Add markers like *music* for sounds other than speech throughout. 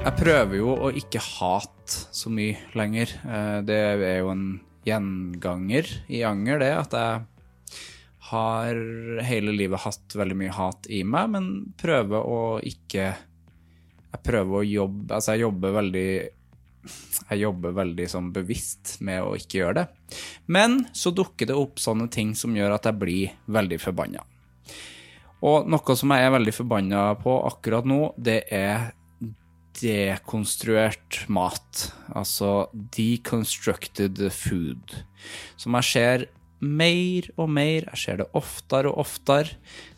Jeg prøver jo å ikke hate så mye lenger. Eh, Det er jo en gjenganger i anger, det at jeg har hele livet hatt veldig mye hat i meg, men prøver å ikke Jeg prøver å jobbe Altså, jeg jobber veldig jeg jobber veldig sånn bevisst med å ikke gjøre det. Men så dukker det opp sånne ting som gjør at jeg blir veldig forbanna. Og noe som jeg er veldig forbanna på akkurat nå, det er dekonstruert mat. Altså deconstructed food. Som jeg ser mer og mer, jeg ser det oftere og oftere.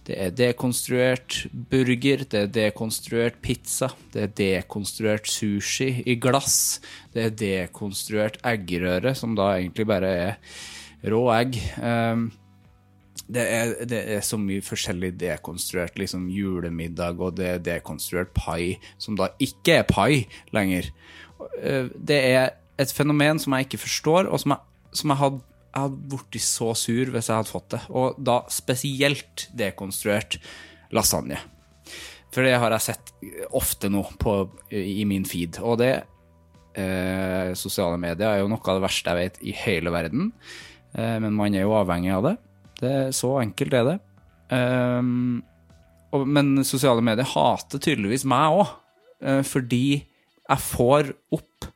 Det er dekonstruert burger, det er dekonstruert pizza, det er dekonstruert sushi i glass, det er dekonstruert eggerøre, som da egentlig bare er rå egg. Um, det er, det er så mye forskjellig dekonstruert. Liksom julemiddag, og det er dekonstruert pai, som da ikke er pai lenger. Eh, Det er et fenomen som jeg ikke forstår, og som jeg, som jeg hadde jeg hadde blitt så sur hvis jeg hadde fått det. Og da spesielt dekonstruert lasagne. For det har jeg sett ofte nå på, i min feed. Og det eh, Sosiale medier er jo noe av det verste jeg vet i hele verden. Eh, men man er jo avhengig av det. det er så enkelt er det. Ehm, og, men sosiale medier hater tydeligvis meg òg, fordi jeg får opp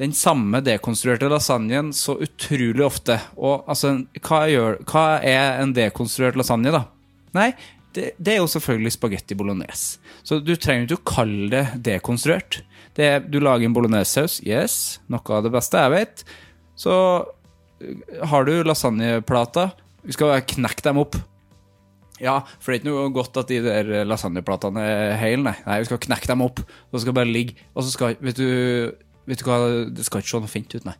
den samme dekonstruerte lasagnen så utrolig ofte. Og altså, hva, gjør, hva er en dekonstruert lasagne, da? Nei, det, det er jo selvfølgelig spagetti bolognese. Så du trenger ikke å kalle det dekonstruert. Det er, du lager en bolognesesaus, yes, noe av det beste jeg vet. Så eh, har du lasagneplata, vi skal bare knekke dem opp. Ja, for det er ikke noe godt at de der lasagneplatene er hele, nei. Nei, vi skal knekke dem opp. Så skal det bare ligge. Og så skal Vet du, vet du hva, det skal ikke se noe fint ut, nei.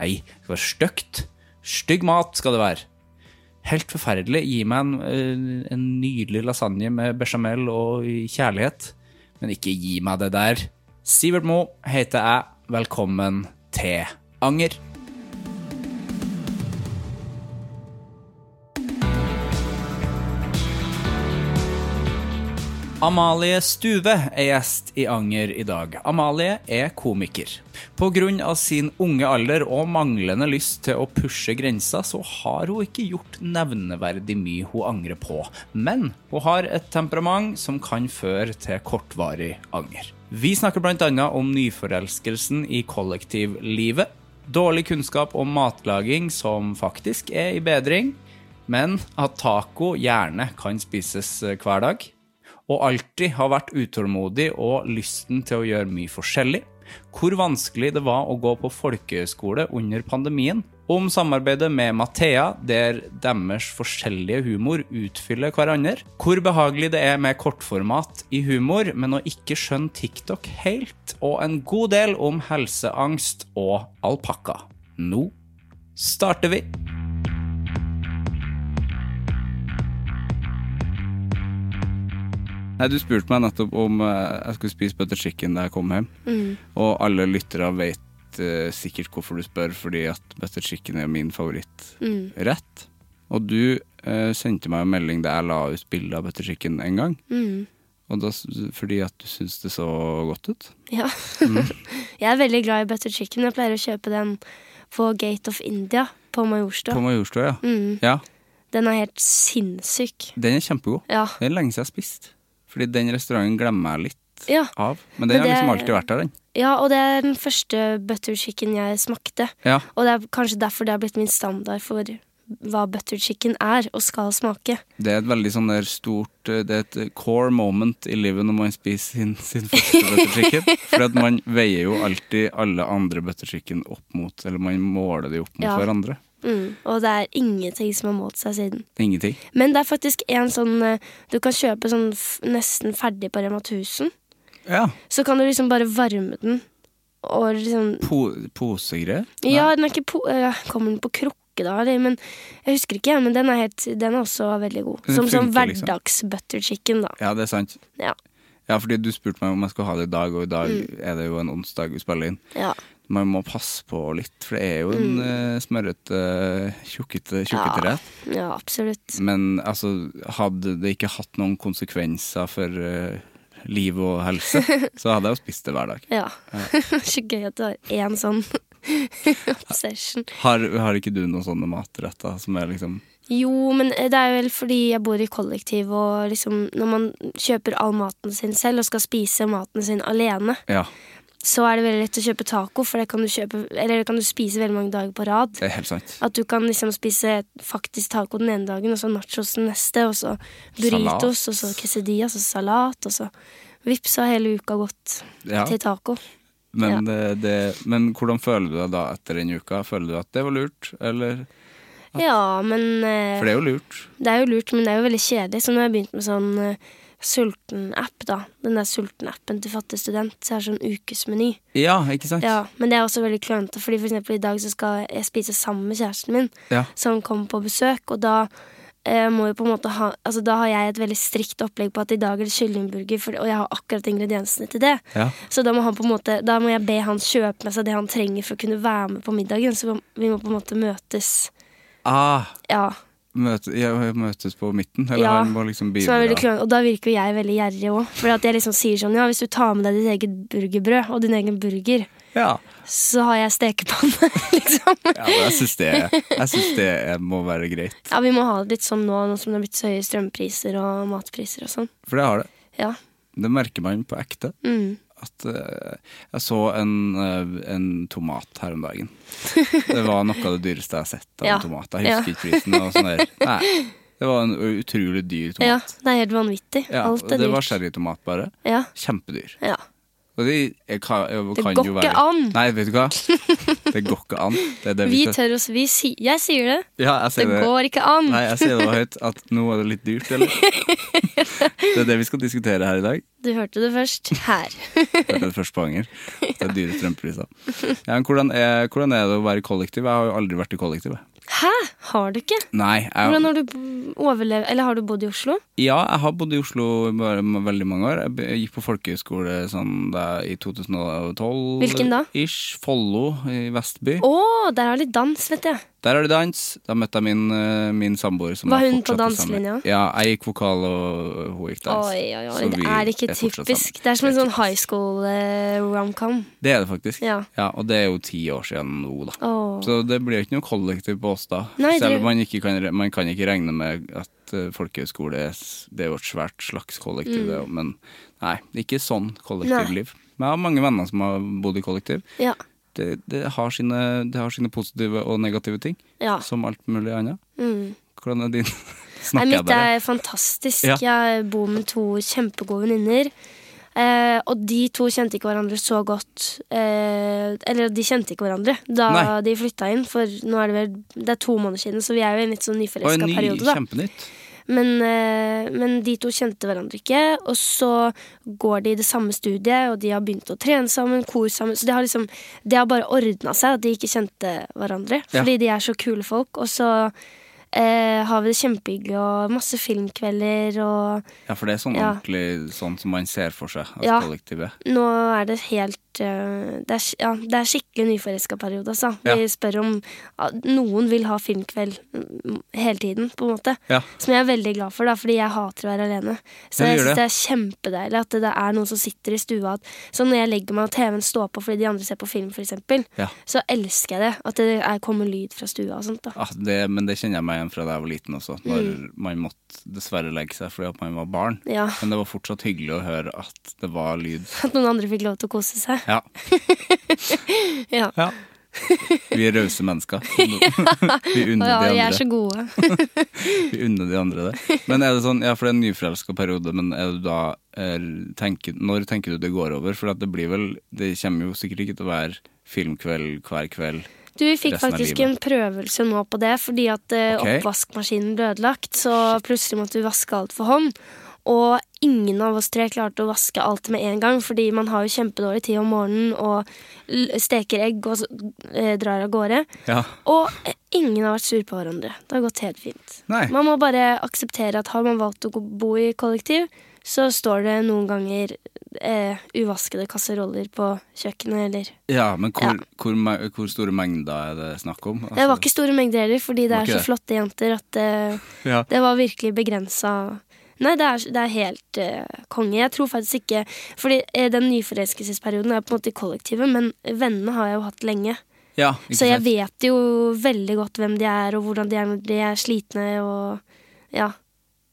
Nei, det skal være stygt. Stygg mat skal det være. Helt forferdelig. Gi meg en, eh, en nydelig lasagne med bechamel og kjærlighet. Men ikke gi meg det der. Sivert Mo heter jeg. Velkommen til Anger. Amalie Stuve er gjest i Anger i dag. Amalie er komiker. Pga. sin unge alder og manglende lyst til å pushe grensa, så har hun ikke gjort nevneverdig mye hun angrer på. Men hun har et temperament som kan føre til kortvarig anger. Vi snakker bl.a. om nyforelskelsen i kollektivlivet, dårlig kunnskap om matlaging som faktisk er i bedring, men at taco gjerne kan spises hver dag og alltid har vært utålmodig og lysten til å gjøre mye forskjellig, hvor vanskelig det var å gå på folkehøyskole under pandemien, om samarbeidet med Mathea, der deres forskjellige humor utfyller hverandre, hvor behagelig det er med kortformat i humor, men å ikke skjønne TikTok helt, og en god del om helseangst og alpakka. Nå starter vi! Nei, Du spurte meg nettopp om eh, jeg skulle spise butter chicken da jeg kom hjem. Mm. Og alle lyttere vet eh, sikkert hvorfor du spør, fordi at butter chicken er min Mm. favorittrett. Og du eh, sendte meg en melding der jeg la ut bilde av butter chicken en gang. Mm. Og da, s- fordi at du syns det så godt ut. Ja. *laughs* jeg er veldig glad i butter chicken. Jeg pleier å kjøpe den på Gate of India på Majorstua. På Majorstua, ja. Mm. ja. Den er helt sinnssyk. Den er kjempegod. Ja. Det er lenge siden jeg har spist. Fordi den restauranten glemmer jeg litt Ja, av. Men den Men har liksom det- alltid vært der, den. ja, og det er den første butter chicken jeg smakte. Ja. Og det er kanskje derfor det har blitt min standard for hva butter chicken er og skal smake. Det er et veldig sånn der stort eh, Det er et core moment i livet når man spiser sin, sin første butter chicken. For at man veier jo alltid alle andre butter chicken opp mot Eller man måler de opp mot Ja. hverandre. Mm. Og det er ingenting som har målt seg siden. Ingenting. Men det er faktisk en sånn eh, Du kan kjøpe sånn f nesten ferdig på Rema 1000. Ja. Så kan du liksom bare varme den. Og liksom Po Posegreier? Nei. Ja, den er ikke po eh, Kommer den på krukke da, eller? Men jeg husker ikke, men den er, helt, den er også veldig god. Den Som sånn funker, liksom. hverdags-butter chicken, da. Ja, det er sant. Ja. Ja, fordi du spurte meg om jeg skulle ha det i dag, og i dag Mm. er det jo en onsdag vi spiller inn. ja. Man må passe på litt, for det er jo en eh, smørrete, tjukkete, tjukkete Mm. Ja. rett. Ja, absolutt. Men altså, hadde det ikke hatt noen konsekvenser for eh, liv og *laughs* helse, så hadde jeg jo spist det hver dag. Ja. *laughs* Så gøy at du har én sånn *laughs* obsession. Har, har ikke du noen sånne matretter som er liksom Jo, men eh, det er vel fordi jeg bor i kollektiv, og liksom når man kjøper all maten sin selv og skal spise maten sin alene, Ja, så er det veldig lett å kjøpe taco, for det kan du, kjøpe, eller det kan du spise veldig mange dager på rad. det er helt sant. At du kan liksom spise faktisk taco den ene dagen, og så nachos den neste, og så burritos, Salat. og så quesadillas, og så salat, og så Vips, så har hele uka gått Ja, til taco. men, det, det, men hvordan føler du deg da etter en uke? Føler du at det var lurt, eller? Ja, men eh, For det er jo lurt. Det er jo lurt, men det er jo veldig kjedelig. Så nå har jeg begynt med sånn eh, sulten-app, da. Den der sulten-appen til fattig student. Så jeg har sånn ukesmeny. Ja, ikke sant? *laughs* Ja, men det er også veldig klønete, fordi for eksempel i dag så skal jeg spise sammen med kjæresten min, Ja. som kommer på besøk, og da eh, må jo på en måte ha Altså da har jeg et veldig strikt opplegg på at i dag er det kyllingburger, for, og jeg har akkurat ingrediensene til det. Ja. Så da må, han på en måte, da må jeg be han kjøpe med seg det han trenger for å kunne være med på middagen. Så vi må på en måte møtes. Ah, Ja. møte, ja, møtes på midten? Eller Ja, han må liksom Som bidra? er veldig klønete, Og da virker jo jeg veldig gjerrig òg. For at jeg liksom sier sånn Ja, hvis du tar med deg ditt eget burgerbrød og din egen burger, Ja. så har jeg stekepanne, *laughs* liksom. ja, men jeg syns det, jeg synes det må være greit. Ja, vi må ha det litt sånn nå, nå som det har blitt så høye strømpriser og matpriser og sånn. For det har det. Ja. Det merker man på ekte. Mm. At eh, jeg så en, eh, en tomat her om dagen. Det var noe av det dyreste jeg har sett av Ja. en tomat. Jeg husker ikke prisen. og sånn der. Nei, det var en utrolig dyr ja. tomat. Det er helt vanvittig. Ja, og Alt er det var dyrt. sherrytomat, bare. Ja. Kjempedyr. ja. Og det, jeg kan, jeg, Det kan går jo ikke være- an. Nei, vet du hva? Det går ikke an. Det er det Vi vi sier. tør oss Vi sier Jeg sier det. Ja, jeg Det sier det. går ikke an. Nei, jeg sier det høyt at nå er det litt dyrt, *laughs* eller? Det er det vi skal diskutere her i dag. Du hørte det først her. Det er det første poenget. Det er dyre strømpriser. Ja, men hvordan, er, hvordan er det å være i kollektiv? Jeg har jo aldri vært i kollektiv. jeg. Hæ? Har du ikke? Nei, jeg, Hvordan har du b- overlevd Eller har du bodd i Oslo? ja, jeg har bodd i Oslo i bare m- veldig mange år. Jeg be- Jeg gikk på folkehøyskole sånn da, i 2012. Hvilken da? Ish. Follo i Vestby. Å, der har de dans, vet jeg. Der er det dans. Da møtte jeg min, eh, min samboer. Som Var jeg hun på fortsatt er sammen danslinja? med. Ja, jeg gikk vokal, og hun gikk dans. Oi, oi, oi. Så Det vi er ikke fortsatt typisk. sammen. Det er som en Det er sånn high school eh, romcom. Det er det faktisk. Ja. og det er jo ti år siden nå, da. Åh. Så det blir jo ikke noe kollektiv på oss da. Nei, Selv det- om man ikke kan, re- man kan ikke regne med at eh, folkehøyskole er s- Det er jo et svært slags kollektiv, det Mm. òg, men nei. Ikke sånn kollektivliv. Men jeg har mange venner som har bodd i kollektiv. Ja. Det, det, har, sine, det har sine positive og negative ting, ja. som alt mulig annet. Ah. Mm. Hvordan er din? *laughs* Nei, Snakker jeg mitt bare? er eh, fantastisk. Ja. Jeg bor med to kjempegode venninner. Eh, og de to kjente ikke hverandre så godt. Eh, eller de kjente ikke hverandre da Nei. de flytta inn, for nå er det vel Det er to måneder siden, så vi er jo i en litt sånn Og en nyforelska ny, periode, da. kjempenytt. Men, eh, men de to kjente hverandre ikke, og så går de i det samme studiet, og de har begynt å trene sammen, kor sammen, så det har liksom Det har bare ordna seg at de ikke kjente hverandre, Ja. fordi de er så kule folk, og så eh, har vi det kjempehyggelig og masse filmkvelder, og Ja, for det er sånn Ja. ordentlig sånn som man ser for seg at Ja. kollektivet nå er det helt vært eh, Det er, sk- ja, det er skikkelig nyforelska periode, altså. Ja. Vi spør om ja, Noen vil ha filmkveld mm, hele tiden, på en måte. Ja. Som jeg er veldig glad for, da, fordi jeg hater å være alene. Så Ja, du jeg gjør det. syns det er kjempedeilig at det, det er noen som sitter i stua. At, så når jeg legger meg og TV-en står på fordi de andre ser på film, f.eks., Ja. så elsker jeg det. At det er, kommer lyd fra stua og sånt. da Ah, det, men det kjenner jeg meg igjen fra da jeg var liten Mm. også. Når man måtte dessverre legge seg fordi at man var barn. Ja. Men det var fortsatt hyggelig å høre at det var lyd. *laughs* At noen andre fikk lov til å kose seg. Ja. *laughs* Ja. Vi er rause mennesker. Vi unner *laughs* Ja, de de er andre. så gode. Vi unner de andre det. Men er det sånn, ja, for det er en nyforelska periode, men er du da er, tenker, Når tenker du det går over? For at det blir vel Det kommer jo sikkert ikke til å være filmkveld hver kveld. Du, vi fikk resten av faktisk livet. en prøvelse nå på det, fordi at eh, Ok. oppvaskmaskinen ble ødelagt. Så plutselig måtte vi vaske alt for hånd. Og ingen av oss tre klarte å vaske alt med en gang, fordi man har jo kjempedårlig tid om morgenen og l- steker egg og så, eh, drar av gårde. Ja. Og eh, ingen har vært sur på hverandre. Det har gått helt fint. Nei. Man må bare akseptere at har man valgt å gå- bo i kollektiv, så står det noen ganger eh, uvaskede kasseroller på kjøkkenet eller Ja, men hvor, Hvor, me- hvor store mengder er det snakk om? Altså- Det var ikke store mengder heller, fordi det Var er ikke så det? flotte jenter at det, ja. det var virkelig begrensa. Nei, det er, det er helt eh, konge. Jeg tror faktisk ikke Fordi eh, den nyforelskelsesperioden er på en måte i kollektivet, men vennene har jeg jo hatt lenge. ja, ikke Så jeg sant? vet jo veldig godt hvem de er, og hvordan de er når de er slitne og Ja.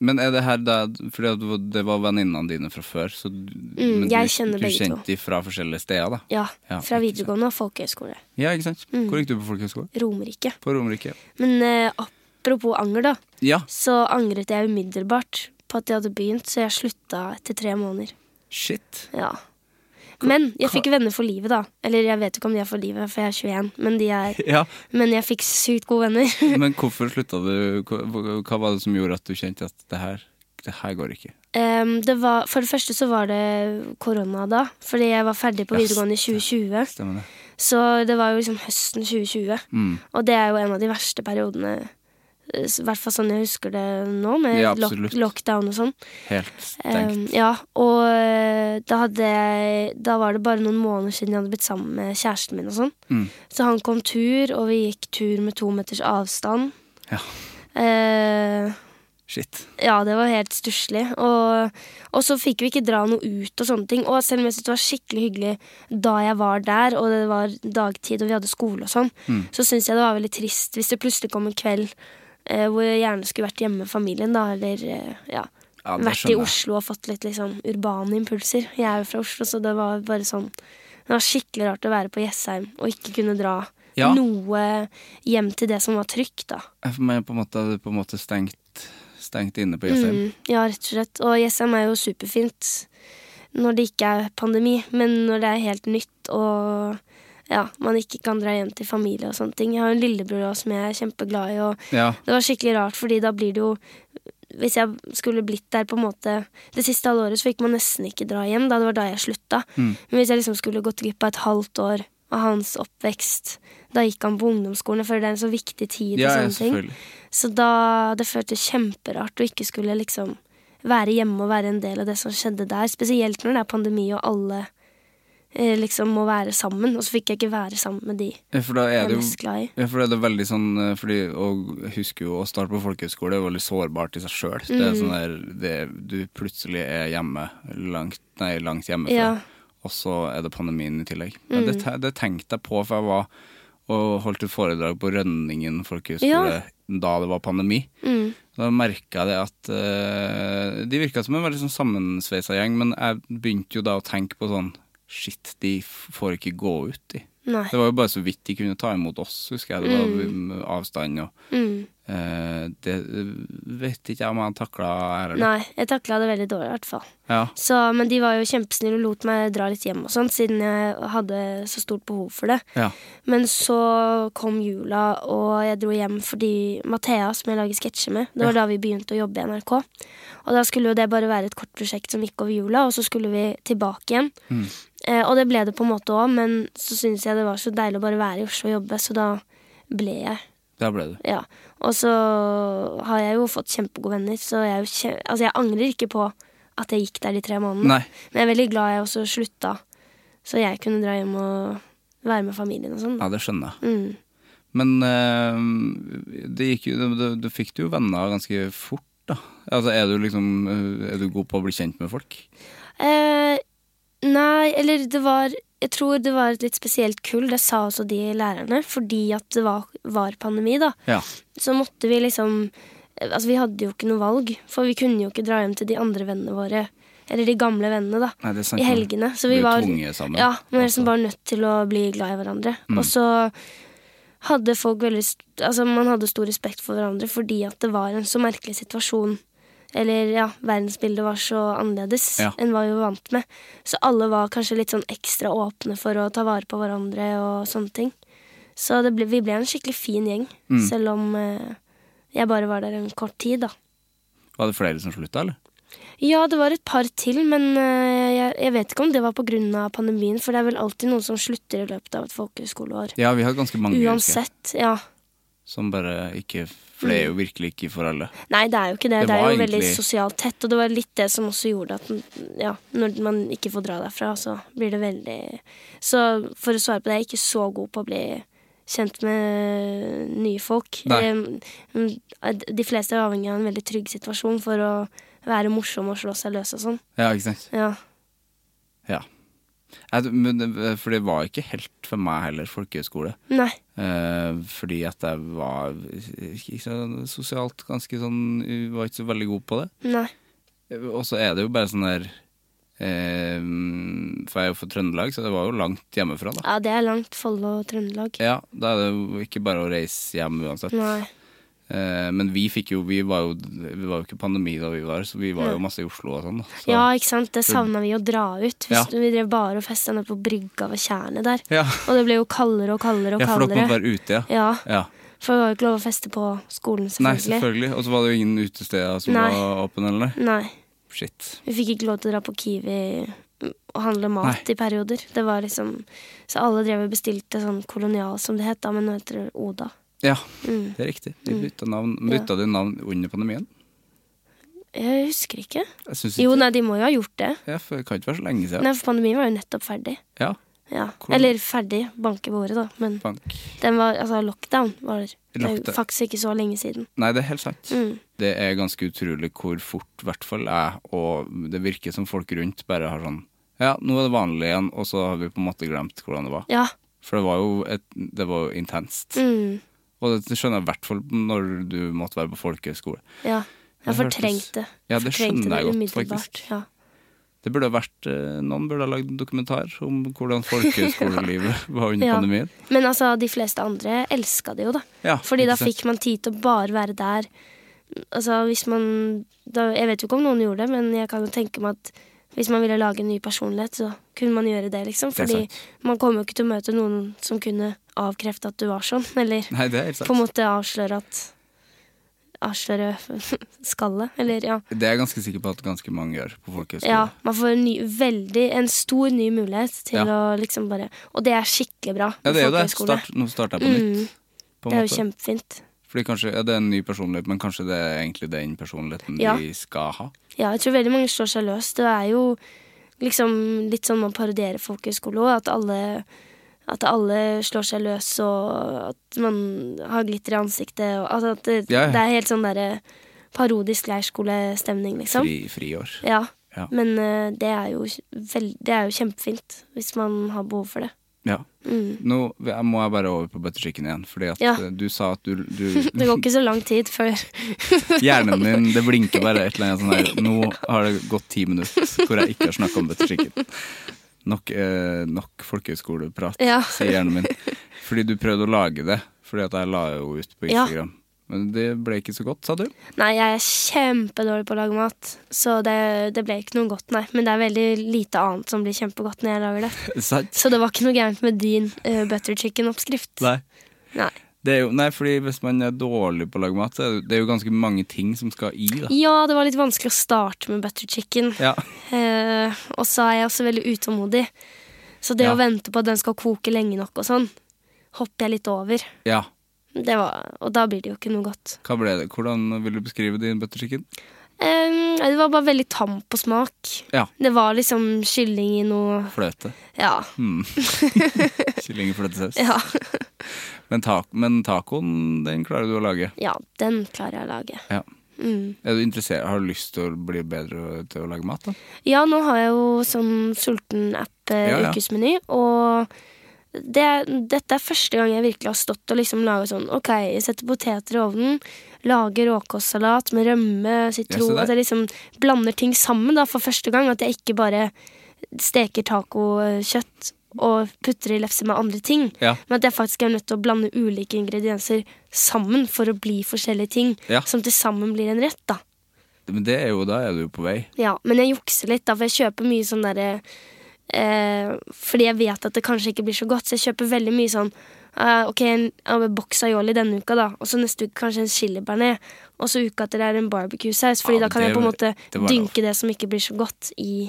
Men er det her da Fordi at det var- det var venninnene dine fra før, så du, men Mm, jeg du, kjenner du begge kjente to. de fra forskjellige steder, da? ja, Ja, Fra ikke videregående og folkehøyskole. Ja, ikke sant? Mm. Hvor gikk du på folkehøyskole? Romerike. På Romerike. Men eh, apropos anger, da. Ja. Så angret jeg umiddelbart på at jeg hadde begynt, så jeg slutta etter tre måneder. Shit. Ja. Men jeg fikk venner for livet, da. Eller jeg vet ikke om de er for livet, for jeg er 21. Men, de *laughs* er, *laughs* Ja, men jeg fikk sykt gode venner. *laughs* Men hvorfor slutta du? Hva hva var det som gjorde at du kjente at det her, det her går ikke? Em, det var, for det første så var det korona da, fordi jeg var ferdig på Ja, videregående i 2020. Stemmer det? Så det var jo liksom høsten 2020. Mm. Og det er jo en av de verste periodene, i hvert fall sånn jeg husker det nå, med Ja, lock, absolutt. lockdown og sånn. Helt stengt. Um, ja, og eh, da, hadde jeg, da var det bare noen måneder siden jeg hadde blitt sammen med kjæresten min. og sånn. Mm. Så han kom tur, og vi gikk tur med to meters avstand. Ja. Eh, Shit. ja, det var helt stusslig. Og, og så fikk vi ikke dra noe ut og sånne ting. Og selv om jeg syntes det var skikkelig hyggelig da jeg var der, og det var dagtid og vi hadde skole og sånn, Mm. så syns jeg det var veldig trist hvis det plutselig kom en kveld eh, hvor jeg gjerne skulle vært hjemme med familien, da, eller eh, ja. Ja, det vært i skjønner jeg. Oslo og fått litt liksom, urbane impulser. Jeg er jo fra Oslo, så det var bare sånn Det var skikkelig rart å være på Jessheim og ikke kunne dra Ja. noe hjem til det som var trygt, da. Men på en måte er du på en måte stengt, stengt inne på Jessheim. Mm, ja, rett og slett. Og Jessheim er jo superfint når det ikke er pandemi, men når det er helt nytt og ja, man ikke kan dra hjem til familie og sånne ting. Jeg har en lillebror også, som jeg er kjempeglad i, og Ja. det var skikkelig rart, fordi da blir det jo Hvis jeg skulle blitt der på en måte Det siste halve året så fikk man nesten ikke dra hjem, da det var da jeg slutta. Mm. Men hvis jeg liksom skulle gått glipp av et halvt år av hans oppvekst Da gikk han på ungdomsskolen, for det er en så viktig tid. Ja, ja, og sånne ting. selvfølgelig. Så da det føltes kjemperart å ikke skulle liksom være hjemme og være en del av det som skjedde der. Spesielt når det er pandemi og alle eh, liksom må være sammen. Og så fikk jeg ikke være sammen med de Ja, For da jeg er er det mest jo glad i. ja, for da er det veldig sånn eh, Fordi å huske jo å starte på folkehøyskole er veldig sårbart i seg sjøl. Det Mm. er sånn der det, du plutselig er hjemme, langt, nei, langt hjemmefra, Ja. Mm. og så er det pandemien i tillegg. Ja, det, te- det tenkte jeg på, for jeg var og holdt et foredrag på Rønningen folkehøgskole Ja. Mm. da det var pandemi. Da merka jeg det at eh, De virka som en veldig sånn sammensveisa gjeng, men jeg begynte jo da å tenke på sånn Shit, de f- får ikke gå ut, de. Nei. Det var jo bare så vidt de kunne ta imot oss, husker jeg. Det var mm. avstand og Mm. eh, Det vet ikke jeg om jeg takla her eller Nei, jeg takla det veldig dårlig i hvert fall. Ja. Så, men de var jo kjempesnille og lot meg dra litt hjem og sånn, siden jeg hadde så stort behov for det. ja. Men så kom jula, og jeg dro hjem fordi Mathea, som jeg lager sketsjer med Det var da vi begynte å jobbe i NRK. Og da skulle jo det bare være et kort prosjekt som gikk over jula, og så skulle vi tilbake igjen. Mm. Eh, og det ble det på en måte òg, men så syntes jeg det var så deilig å bare være i Oslo og jobbe, så da ble jeg. Der ble du. Ja. Og så har jeg jo fått kjempegode venner, så jeg, er jo kje- altså jeg angrer ikke på at jeg gikk der de tre månedene. Nei. Men jeg er veldig glad jeg også slutta Så jeg kunne dra hjem og være med familien og sånn. da. Ja, det skjønner jeg. Mm. Men eh, det gikk jo, du, du fikk jo venner ganske fort, da. Altså, er du liksom eh, Er du god på å bli kjent med folk? Eh, nei, eller det var Jeg tror det var et litt spesielt kull. Det sa også de lærerne. Fordi at det var, var pandemi, da. Ja. Så måtte vi liksom eh, Altså, vi hadde jo ikke noe valg. For vi kunne jo ikke dra hjem til de andre vennene våre. Eller de gamle vennene, da. Nei, det er sant. I helgene. Så Blir vi var tvunget sammen. Ja, vi altså. Mm. var liksom bare nødt til å bli glad i hverandre. Og så hadde folk veldig st- Altså, man hadde stor respekt for hverandre fordi at det var en så merkelig situasjon. Eller ja, verdensbildet var så annerledes Ja. enn hva vi var vant med. Så alle var kanskje litt sånn ekstra åpne for å ta vare på hverandre og sånne ting. Så det ble, vi ble en skikkelig fin gjeng, Mm. selv om eh, jeg bare var der en kort tid, da. Var det flere som slutta, eller? Ja, det var et par til, men eh, jeg, jeg vet ikke om det var pga. pandemien. For det er vel alltid noen som slutter i løpet av et folkehøyskoleår. Ja, vi har ganske mange husker jeg, Uansett. Mm. ja. som bare ikke For det er jo virkelig ikke for alle. Nei, det er jo ikke det. Det Det, er var jo veldig egentlig- sosialt tett. Og det var litt det som også gjorde at ja, når man ikke får dra derfra, så blir det veldig Så for å svare på det, jeg er ikke så god på å bli kjent med nye folk. Nei. Eh, De fleste er avhengig av en veldig trygg situasjon for å være morsom og slå seg løs og sånn. Ja, ikke sant? Ja. Ja. Jeg, men, det- for det var ikke helt for meg heller, folkehøyskole. Nei. Eh, fordi at jeg var ikke så sosialt ganske sånn jeg Var ikke så veldig god på det. Nei. Og så er det jo bare sånn der eh, For jeg er jo fra Trøndelag, så det var jo langt hjemmefra, da. Ja, det er langt. Follo og Trøndelag. Ja, da er det jo ikke bare å reise hjem uansett. Nei. Eh, men vi fikk jo Vi var jo Vi var jo ikke pandemi da vi var her, så vi var jo masse i Oslo og sånn. da. Så, Ja, ikke sant. Det savna vi å dra ut. Hvis Ja. Vi drev bare og festa nede på brygga ved tjernet der. ja. Og det ble jo kaldere og kaldere og ja, for dere måtte kaldere. være ute, ja. Ja, ja. For det var jo ikke lov å feste på skolen, Nei, selvfølgelig. selvfølgelig. Og så var det jo ingen utesteder som Nei. var åpne, eller? Nei. Shit. Vi fikk ikke lov til å dra på Kiwi og handle mat i perioder. Det var liksom Så alle drev og bestilte sånn kolonial, som det het da, men nå heter det Oda. Ja, Mm. det er riktig. De bytta navn. Bytta de navn under pandemien? Jeg husker ikke. Jeg synes ikke Jo, nei, de må jo ha gjort det. Ja, for det kan ikke være så lenge siden. Nei, for pandemien var jo nettopp ferdig. Ja, Ja. Kolon- Eller ferdig, banke bordet, da. Men bank. Den var, altså lockdown var det Lockdown. er faktisk ikke så lenge siden. Nei, det er helt sant. Mm. Det er ganske utrolig hvor fort i hvert fall jeg og det virker som folk rundt bare har sånn Ja, nå er det vanlig igjen, og så har vi på en måte glemt hvordan det var. Ja. For det var jo et, det var jo intenst. Mm. Og det skjønner jeg i hvert fall når du måtte være på folkehøyskole. ja. Jeg Det hørtes- fortrengte Ja, det fortrengte skjønner jeg godt, umiddelbart, faktisk. Ja. Det burde ha vært, eh, Noen burde ha lagd en dokumentar om hvordan folkehøyskolelivet *laughs* var under Ja. pandemien. Men altså, de fleste andre elska det jo, da. Ja, Fordi da ikke sant? fikk man tid til å bare være der. Altså, hvis man da, Jeg vet jo ikke om noen gjorde det, men jeg kan jo tenke meg at hvis man ville lage en ny personlighet, så kunne man gjøre det, liksom. Det er Fordi man kommer jo ikke til å møte noen som kunne avkrefte at du var sånn, eller Nei, det er helt på en sant. måte avsløre at Avsløre *laughs* skallet, eller ja. Det er jeg ganske sikker på at ganske mange gjør på folkehøyskole. ja man får en ny, veldig, en stor ny mulighet til Ja. å liksom bare Og det er skikkelig bra. Ja, det er jo det. folkehøyskole. Mm. Start, nå starter jeg på nytt. På en Det er jo måte. kjempefint. Fordi kanskje, ja, Det er en ny personlighet, men kanskje det er egentlig den personligheten Ja. vi skal ha. Ja, jeg tror veldig mange slår seg løs. Det er jo liksom litt sånn man parodierer folkehøyskole òg, at alle at alle slår seg løs, og at man har glitter i ansiktet. Og, altså at det, Ja, ja. det er helt sånn derre parodisk leirskolestemning, liksom. Fri, friår. Ja. Ja. Men eh, det, er jo vel- det er jo kjempefint hvis man har behov for det. Ja. Nå jeg må jeg bare over på butterchicken igjen, fordi at Mm. Ja. eh, du sa at du, *laughs* du Det går ikke så lang tid før Hjernen min, det blinker bare et eller annet sånn her Nå har det gått ti minutter hvor jeg ikke har snakka om butterchicken. Nok, eh, nok folkehøyskoleprat, Ja. sier hjernen min. Fordi du prøvde å lage det, fordi at jeg la jo ut på Ja. Instagram. Men det ble ikke så godt, sa du? Nei, jeg er kjempedårlig på å lage mat, så det, det ble ikke noe godt, nei. Men det er veldig lite annet som blir kjempegodt når jeg *laughs* lager *laughs* det. Sant? Så det var ikke noe gærent med din eh, butter chicken-oppskrift. Nei. Nei. Det er jo, nei, fordi hvis man er dårlig på å lage mat, så er det- det er jo ganske mange ting som skal i, da. Ja, det var litt vanskelig å starte med butter chicken. Ja. Eh, og så er jeg også veldig utålmodig. Så det Ja. å vente på at den skal koke lenge nok og sånn, hopper jeg litt over. ja. Det var, og da blir det jo ikke noe godt. Hva ble det? Hvordan vil du beskrive din butterchicken? Eh, det var bare veldig tam på smak. Ja. Det var liksom kylling i noe Fløte. Hmm. Ja. *laughs* Kylling i fløtesaus. Ja, Men, ta men tacoen, den klarer du å lage. ja den klarer jeg å lage. Ja. Mm. Er du interessert, har du lyst til å bli bedre til å lage mat, da? Ja, nå har jeg jo sånn sulten-app eh, Ja, ja. ukesmeny, og det, dette er første gang jeg virkelig har stått og liksom laga sånn OK, jeg setter poteter i ovnen, lager råkostsalat med rømme, sitron der. At jeg liksom blander ting sammen da for første gang. At jeg ikke bare steker tacokjøtt og putter i lefse med andre ting. Ja. Men at jeg faktisk er nødt til å blande ulike ingredienser sammen for å bli forskjellige ting. Ja. Som til sammen blir en rett, da. Men det er jo, da er du jo på vei. Ja, men jeg jukser litt, da, for jeg kjøper mye sånn derre eh, Fordi jeg vet at det kanskje ikke blir så godt, så jeg kjøper veldig mye sånn eh, Ok, en, en boks aioli denne uka, da, og så neste uke kanskje en chili bearnés. Og så uka etter det er en barbecue-saus, Fordi Ja, da kan det jeg på en var- måte det var dynke det som ikke blir så godt, i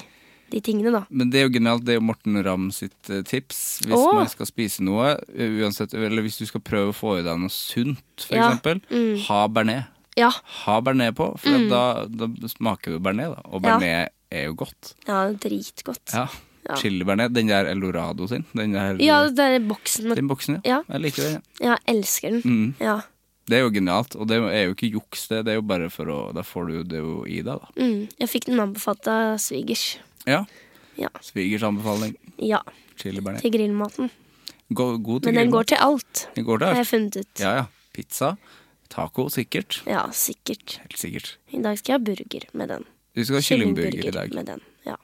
de tingene, da. Men det er jo genialt, det er jo Morten Ramm sitt eh, tips. Hvis Åh. man skal spise noe, eh, uansett, eller hvis du skal prøve å få i deg noe sunt, for Ja. Mm. eksempel, ha bearnés. Ja, Ha bearnés på, for da, da smaker du bearnés, da. Og Mm. Ja. bearnés er jo godt. ja dritgodt. Ja, Ja. Chili-bearnés. Den der Eldorado sin. Den der eh, den derre boksen med den boksen, ja. Ja. Jeg liker den. ja. Ja, jeg elsker den. Mm. Ja. Det er jo genialt, og det er jo ikke juks, det. Det er jo bare for å Da får du det jo i deg, da. Mm. Jeg fikk den anbefalt av svigers. Ja. Ja. Svigers anbefaling. Ja, Chili-bearnés. til grillmaten. Go- God til Men den grillen. går til alt, Den går til har alt. jeg funnet ut. Ja, ja. Pizza. Taco, sikkert. Ja, sikkert. Helt sikkert. I dag skal jeg ha burger med den. Du skal ha kyllingburger i dag. Med den. Ja.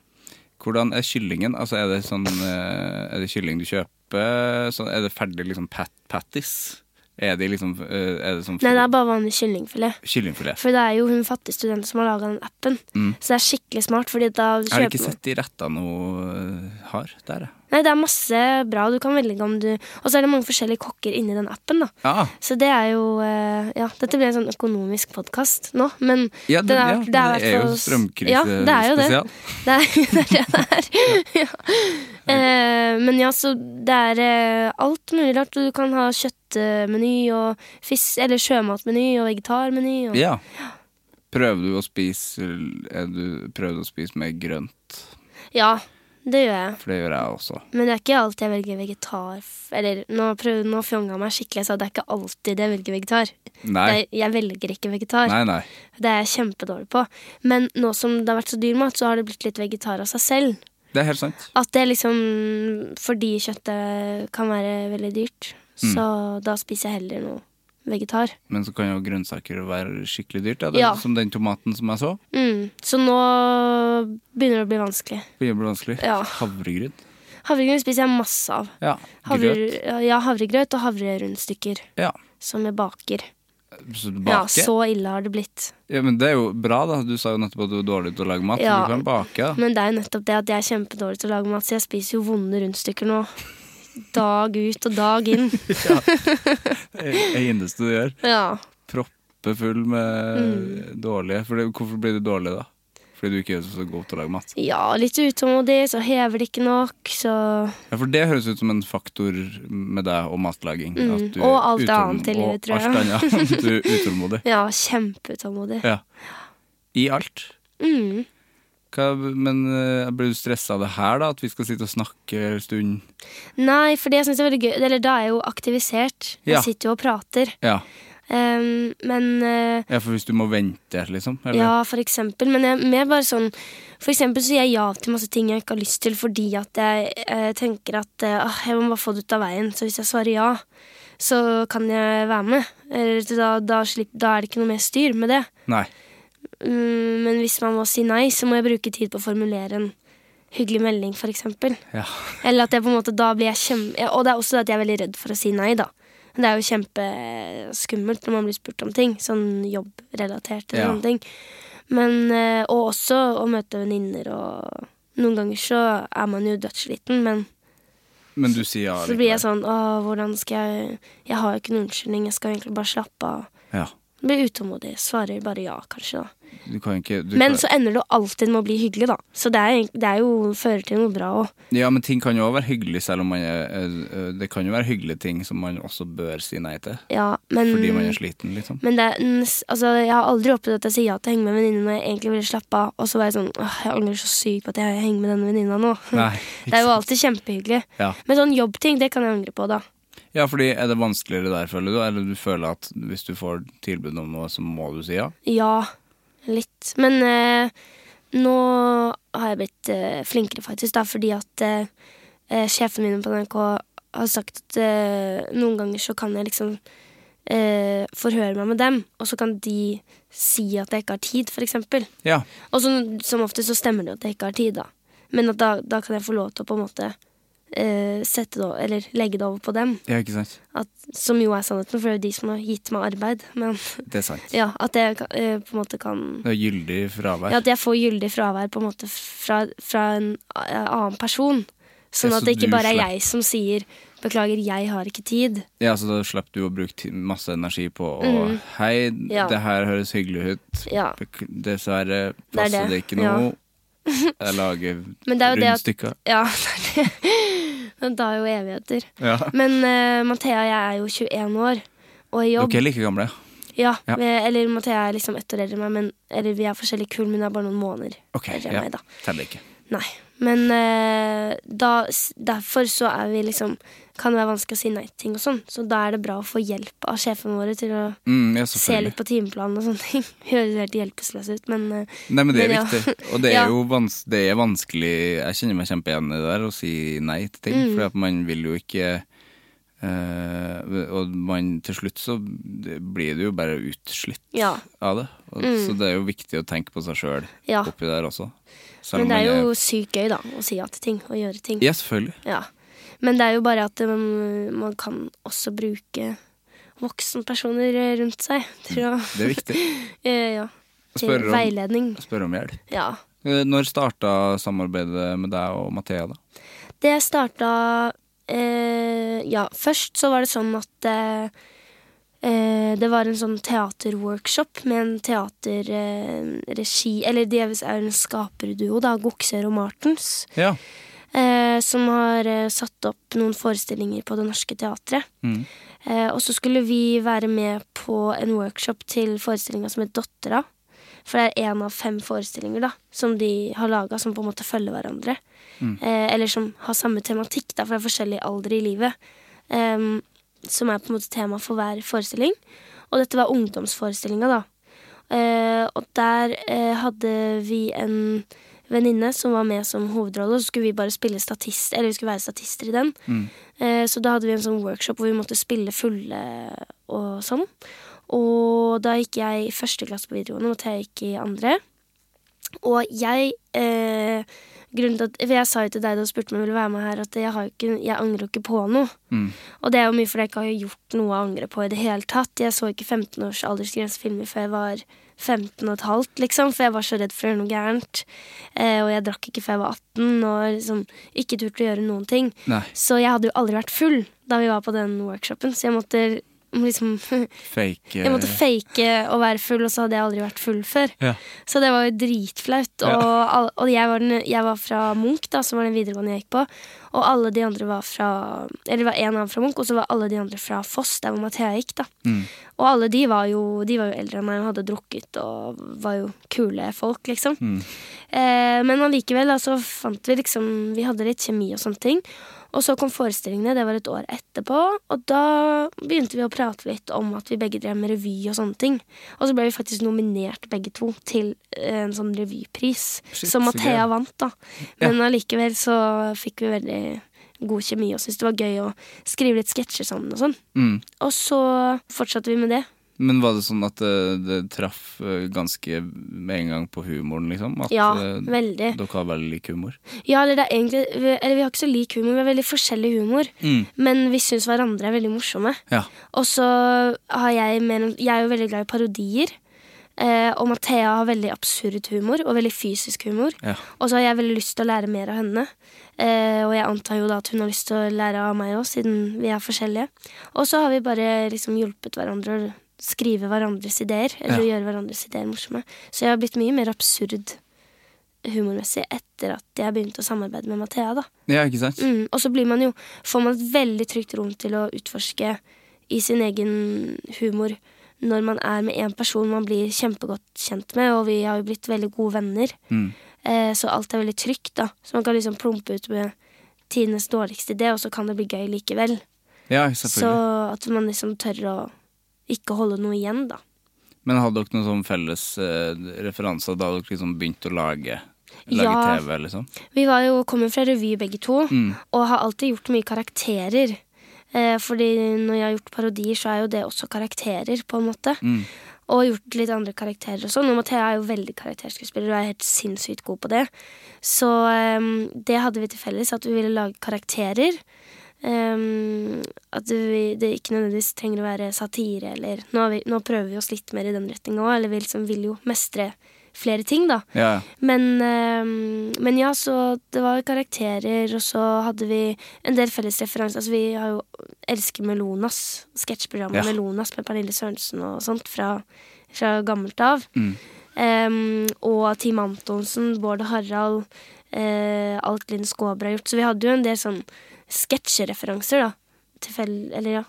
Hvordan er kyllingen? Altså, er det sånn eh, Er det kylling du kjøper? Sånn, er det ferdig liksom pat patties? Er det liksom eh, Er det sånn Nei, det er bare vanlig kyllingfilet. kyllingfilet? For det er jo hun fattige studenten som har laga den appen. Så det er skikkelig smart. Fordi da Jeg har kjøper Mm. ikke man- sett de rettene hun eh, har der, jeg. Nei, det er masse bra. Du kan velge om du Og så er det mange forskjellige kokker inni den appen, da. Ah, Så det er jo eh, Ja, dette blir en sånn økonomisk podkast nå, men Ja, det- den er, ja, det men er, det er jo hvertfall- strømkrise Ja, det er jo det. spesial. Det er det er det det er. *laughs* ja. Eh, men ja, så det er eh, alt mulig rart. Du kan ha kjøttmeny og fisk Eller sjømatmeny og vegetarmeny. Og, ja. Prøver du å spise er du, Prøver du å spise mer grønt? Ja, det gjør jeg. For det gjør jeg også. Men det er ikke alltid jeg velger vegetar. f- Eller nå, prøv, nå fjonga jeg meg skikkelig. Jeg sa det er ikke alltid jeg velger vegetar. Nei. Det er, jeg velger ikke vegetar. Nei, nei. Det er jeg kjempedårlig på. Men nå som det har vært så dyr mat, så har det blitt litt vegetar av seg selv. Det er helt sant. At det liksom Fordi kjøttet kan være veldig dyrt, Mm. så da spiser jeg heller noe vegetar. Men så kan jo grønnsaker være skikkelig dyrt. Ja. Det, Ja. Som den tomaten som jeg så. Mm. Så nå begynner det å bli vanskelig. Begynner å bli vanskelig. Ja. Havregryn. Havregryn spiser jeg masse av. Ja. Havre, Grøt. ja, havregrøt og havrerundstykker Ja. som jeg baker. Så Ja, bake. Ja, så ille har det blitt. men det er jo bra, da. Du sa jo nettopp at du er dårlig til å lage mat. Ja. Men du kan bake, da. Men det er jo nettopp det at jeg er kjempedårlig til å lage mat, så jeg spiser jo vonde rundstykker nå. Dag ut og dag *laughs* inn. Det er det eneste du gjør. Ja. Proppe full med Mm. dårlige. For det, hvorfor blir du dårlig da? Fordi du ikke er så god til å lage mat? ja, litt utålmodig, så hever det ikke nok, så Ja, For det høres ut som en faktor med deg og matlaging. Mm, At du og alt er utålm- annet i livet, og tror jeg. Alt annet, *laughs* du er utålmodig. Ja, kjempeutålmodig. Ja. I alt. Mm. Hva, men eh, blir du stressa av det her, da? At vi skal sitte og snakke en stund? Nei, for det jeg synes er veldig gøy Eller da er jeg jo aktivisert. Jeg Ja. sitter jo og prater. Ja. Ehm, men eh, ja, for hvis du må vente, liksom? Eller? Ja, for eksempel. Men jeg, mer bare sånn For eksempel så sier jeg ja til masse ting jeg ikke har lyst til fordi at jeg eh, tenker at eh, ah, jeg må bare få det ut av veien. Så hvis jeg svarer ja, så kan jeg være med. Eller da, da, slipp, da er det ikke noe mer styr med det. Nei. Mm, men hvis man må si nei, så må jeg bruke tid på å formulere en hyggelig melding, for eksempel. Ja. Eller at jeg på en måte da blir jeg kjempe... Og det er også det at jeg er veldig redd for å si nei, da. Det er jo kjempeskummelt når man blir spurt om ting, sånn jobbrelatert eller Ja. sånne ting. Men, eh, og også å møte venninner og Noen ganger så er man jo dødssliten, men Men du sier ja så blir jeg likevel. sånn Å, hvordan skal jeg Jeg har jo ikke noen unnskyldning, jeg skal egentlig bare slappe av. Ja. Blir utålmodig. Svarer bare ja, kanskje, da. Du kan ikke du Men kan, så ender det jo alltid med å bli hyggelig, da. Så det, er, egent- det er jo, fører til noe bra òg. Ja, men ting kan jo også være hyggelig, selv om man er eh, eh, Det kan jo være hyggelige ting som man også bør si nei til. Ja, men Fordi man er sliten, liksom. men det, er n- s- altså, jeg har aldri opplevd at jeg sier ja til å henge med en venninne når jeg egentlig ville slappe av, og så var jeg sånn Åh, jeg angrer så sykt på at jeg henger med denne venninna nå. Nei, *laughs* det er jo ikke alltid kjempehyggelig. Ja. Men sånn jobbting, det kan jeg angre på, da. ja, fordi er det vanskeligere der, føler du? Eller du føler at hvis du får tilbud om noe, så må du si ja? Ja, litt. Men eh, nå har jeg blitt eh, flinkere, faktisk, da, fordi at eh, eh, sjefene mine på NRK har sagt at eh, noen ganger så kan jeg liksom eh, forhøre meg med dem, og så kan de si at jeg ikke har tid, f.eks. Ja. Og så, som ofte så stemmer det jo at jeg ikke har tid, da. Men at da, da kan jeg få lov til å på en måte eh, sette det over, eller legge det over på dem. Ja, ikke sant? At, som jo er sannheten, for det er jo de som har gitt meg arbeid. Men *laughs* Det er sant. ja, at jeg kan, eh, på en måte kan Det er gyldig fravær. ja, At jeg får gyldig fravær på en måte fra, fra en a- annen person. Sånn Ja, så at det ikke du bare er slipper- jeg som sier 'beklager, jeg har ikke tid'. Ja, så da slipper du å bruke ti- masse energi på å Hei, Mm. Ja. det her høres hyggelig ut. Ja. Bek- Dessverre passer det. det, ikke nå. Jeg lager *laughs* Men det er jo det at- rundstykker. Ja, *laughs* det er det. Da er jo evigheter. Ja. Men eh, Mathea og jeg er jo 21 år og i jobb. Dere er like gamle. Ja, Ja. vi- Eller Mathea er liksom ett år eldre enn meg, men eller vi er forskjellige kull, men hun er bare noen måneder Ok, eldre enn ja. meg. da Teller ikke. Nei. Men eh, da, s- derfor så er vi liksom Kan det være vanskelig å si nei til ting og sånn. Så da er det bra å få hjelp av sjefene våre til å Mm, ja, se selvfølgelig. litt på timeplanen og sånne ting. *laughs* Vi høres helt hjelpeløse ut, men eh, Nei, men det er Men ja. viktig. Og det er *laughs* Ja. jo vans det er vanskelig Jeg kjenner meg kjempegjen i det der, å si nei til ting. Mm. For at man vil jo ikke eh, Og man til slutt så blir du jo bare utslitt Ja. Mm. av det. Og, Så det er jo viktig å tenke på seg sjøl Ja. oppi der også. Selv Ah. men det om er man jo sykt gøy, da, å si ja til ting og gjøre ting. Ja, selvfølgelig. Ja. Men det er jo bare at eh, man, man kan også bruke voksenpersoner eh, rundt seg til å Det er *laughs* viktig. Eh, Ja. Mm. Til Spørre om- veiledning. Spørre om hjelp. Ja. Eh, Når starta samarbeidet med deg og Mathea, da? Det starta eh, Ja, først så var det sånn at eh, eh, det var en sånn teaterworkshop med en teaterregi eh, regi, Eller de er jo en skaperduo, da, Gokser og Martens, Ja. eh, som har eh, satt opp noen forestillinger på Det Norske Teatret. Mm. Eh, og så skulle vi være med på en workshop til forestillinga som het Dottera. For det er én av fem forestillinger da, som de har laga, som på en måte følger hverandre. Eh, eller som har samme tematikk, da, for det er forskjellig alder i livet. Em, som er på en måte tema for hver forestilling. Og dette var ungdomsforestillinga, da. Eh, og der eh, hadde vi en venninne som var med som hovedrolle, og så skulle vi bare spille statist, eller vi skulle være statister i den. Eh, så da hadde vi en sånn workshop hvor vi måtte spille fulle og sånn. Og da gikk jeg i første klasse på videregående, og Thea gikk i andre. Og jeg eh, grunnen til at, for Jeg sa jo til deg da du spurte om jeg ville være med her, at jeg, har jo ikke, jeg angrer jo ikke på noe. Og det er jo mye fordi jeg ikke har gjort noe jeg angrer på i det hele tatt. Jeg så ikke 15 års aldersgrensefilmer før jeg var 15 og et halvt, liksom, for jeg var så redd for å gjøre noe gærent. Eh, og jeg drakk ikke før jeg var 18, og liksom ikke turte å gjøre noen ting. Nei. Så jeg hadde jo aldri vært full da vi var på den workshopen, så jeg måtte liksom *laughs* Fake eh, jeg måtte fake å være full, og så hadde jeg aldri vært full før. Ja. Så det var jo dritflaut. Og, all- og jeg, var den, jeg var fra Munch, da, som var den videregående jeg gikk på. Og alle de andre var fra Eller det var en annen fra Munch, og så var alle de andre fra Foss, der hvor Mathea gikk. da Mm. Og alle de var, jo, de var jo eldre enn meg og hadde drukket og var jo kule folk, liksom. Mm. Eh, men allikevel, da, så fant vi liksom Vi hadde litt kjemi og sånne ting. Og så kom forestillingene, det var et år etterpå. Og da begynte vi å prate litt om at vi begge drev med revy og sånne ting. Og så ble vi faktisk nominert begge to til eh, en sånn revypris. Shit, så som Mathea gøy. vant, da. Ja. Men allikevel så fikk vi veldig god kjemi og syntes det var gøy å skrive litt sketsjer sammen og sånn. mm. Og så fortsatte vi med det. Men var det sånn at det, det traff eh, ganske med en gang på humoren, liksom? At Ja, eh, veldig. dere har veldig lik humor? Ja, eller det er egentlig vi- Eller vi har ikke så lik humor, vi har veldig forskjellig humor. Mm. Men vi syns hverandre er veldig morsomme. Ja. Og så har jeg mer Jeg er jo veldig glad i parodier. Eh, og Mathea har veldig absurd humor og veldig fysisk humor. Ja. Og så har jeg veldig lyst til å lære mer av henne. Eh, og jeg antar jo da at hun har lyst til å lære av meg òg, siden vi er forskjellige. Og så har vi bare liksom hjulpet hverandre skrive hverandres ideer, eller å gjøre hverandres ideer morsomme. Så jeg har blitt mye mer absurd humormessig etter at jeg begynte å samarbeide med Mathea. da. Ja, ikke sant? Mm, og så blir man jo, får man et veldig trygt rom til å utforske i sin egen humor når man er med en person man blir kjempegodt kjent med, og vi har jo blitt veldig gode venner. Mm. Eh, så alt er veldig trygt, da. Så man kan liksom plumpe ut med tidenes dårligste idé, og så kan det bli gøy likevel. Ja, Så selvfølgelig. at man liksom tør å ikke holde noe igjen, da. Men hadde dere noen sånn felles eh, referanser da dere liksom begynte å lage, lage Ja. TV, liksom? Vi var jo, kommer fra revy begge to, og har alltid gjort mye karakterer. Eh, fordi når jeg har gjort parodier, så er jo det også karakterer, på en måte. Og gjort litt andre karakterer og sånn. Og Mathea er jo veldig karakterskuespiller og er helt sinnssykt god på det. Så eh, det hadde vi til felles, at vi ville lage karakterer. Eh, at vi, det ikke nødvendigvis trenger å være satire eller Nå, har vi, nå prøver vi oss litt mer i den retninga òg, eller vi liksom vil jo mestre flere ting, da. Ja, ja. Men, ehm, men ja, så det var karakterer, og så hadde vi en del felles referanser. Altså, vi har jo elsker Melonas, sketsjprogrammet Ja. Melonas med Pernille Sørensen og sånt fra, fra gammelt av. Ehm, og Team Antonsen, Bård og Harald, eh, alt Linn Skåber har gjort. Så vi hadde jo en del sånn sketsjereferanser, da. Tilfell... Eller ja.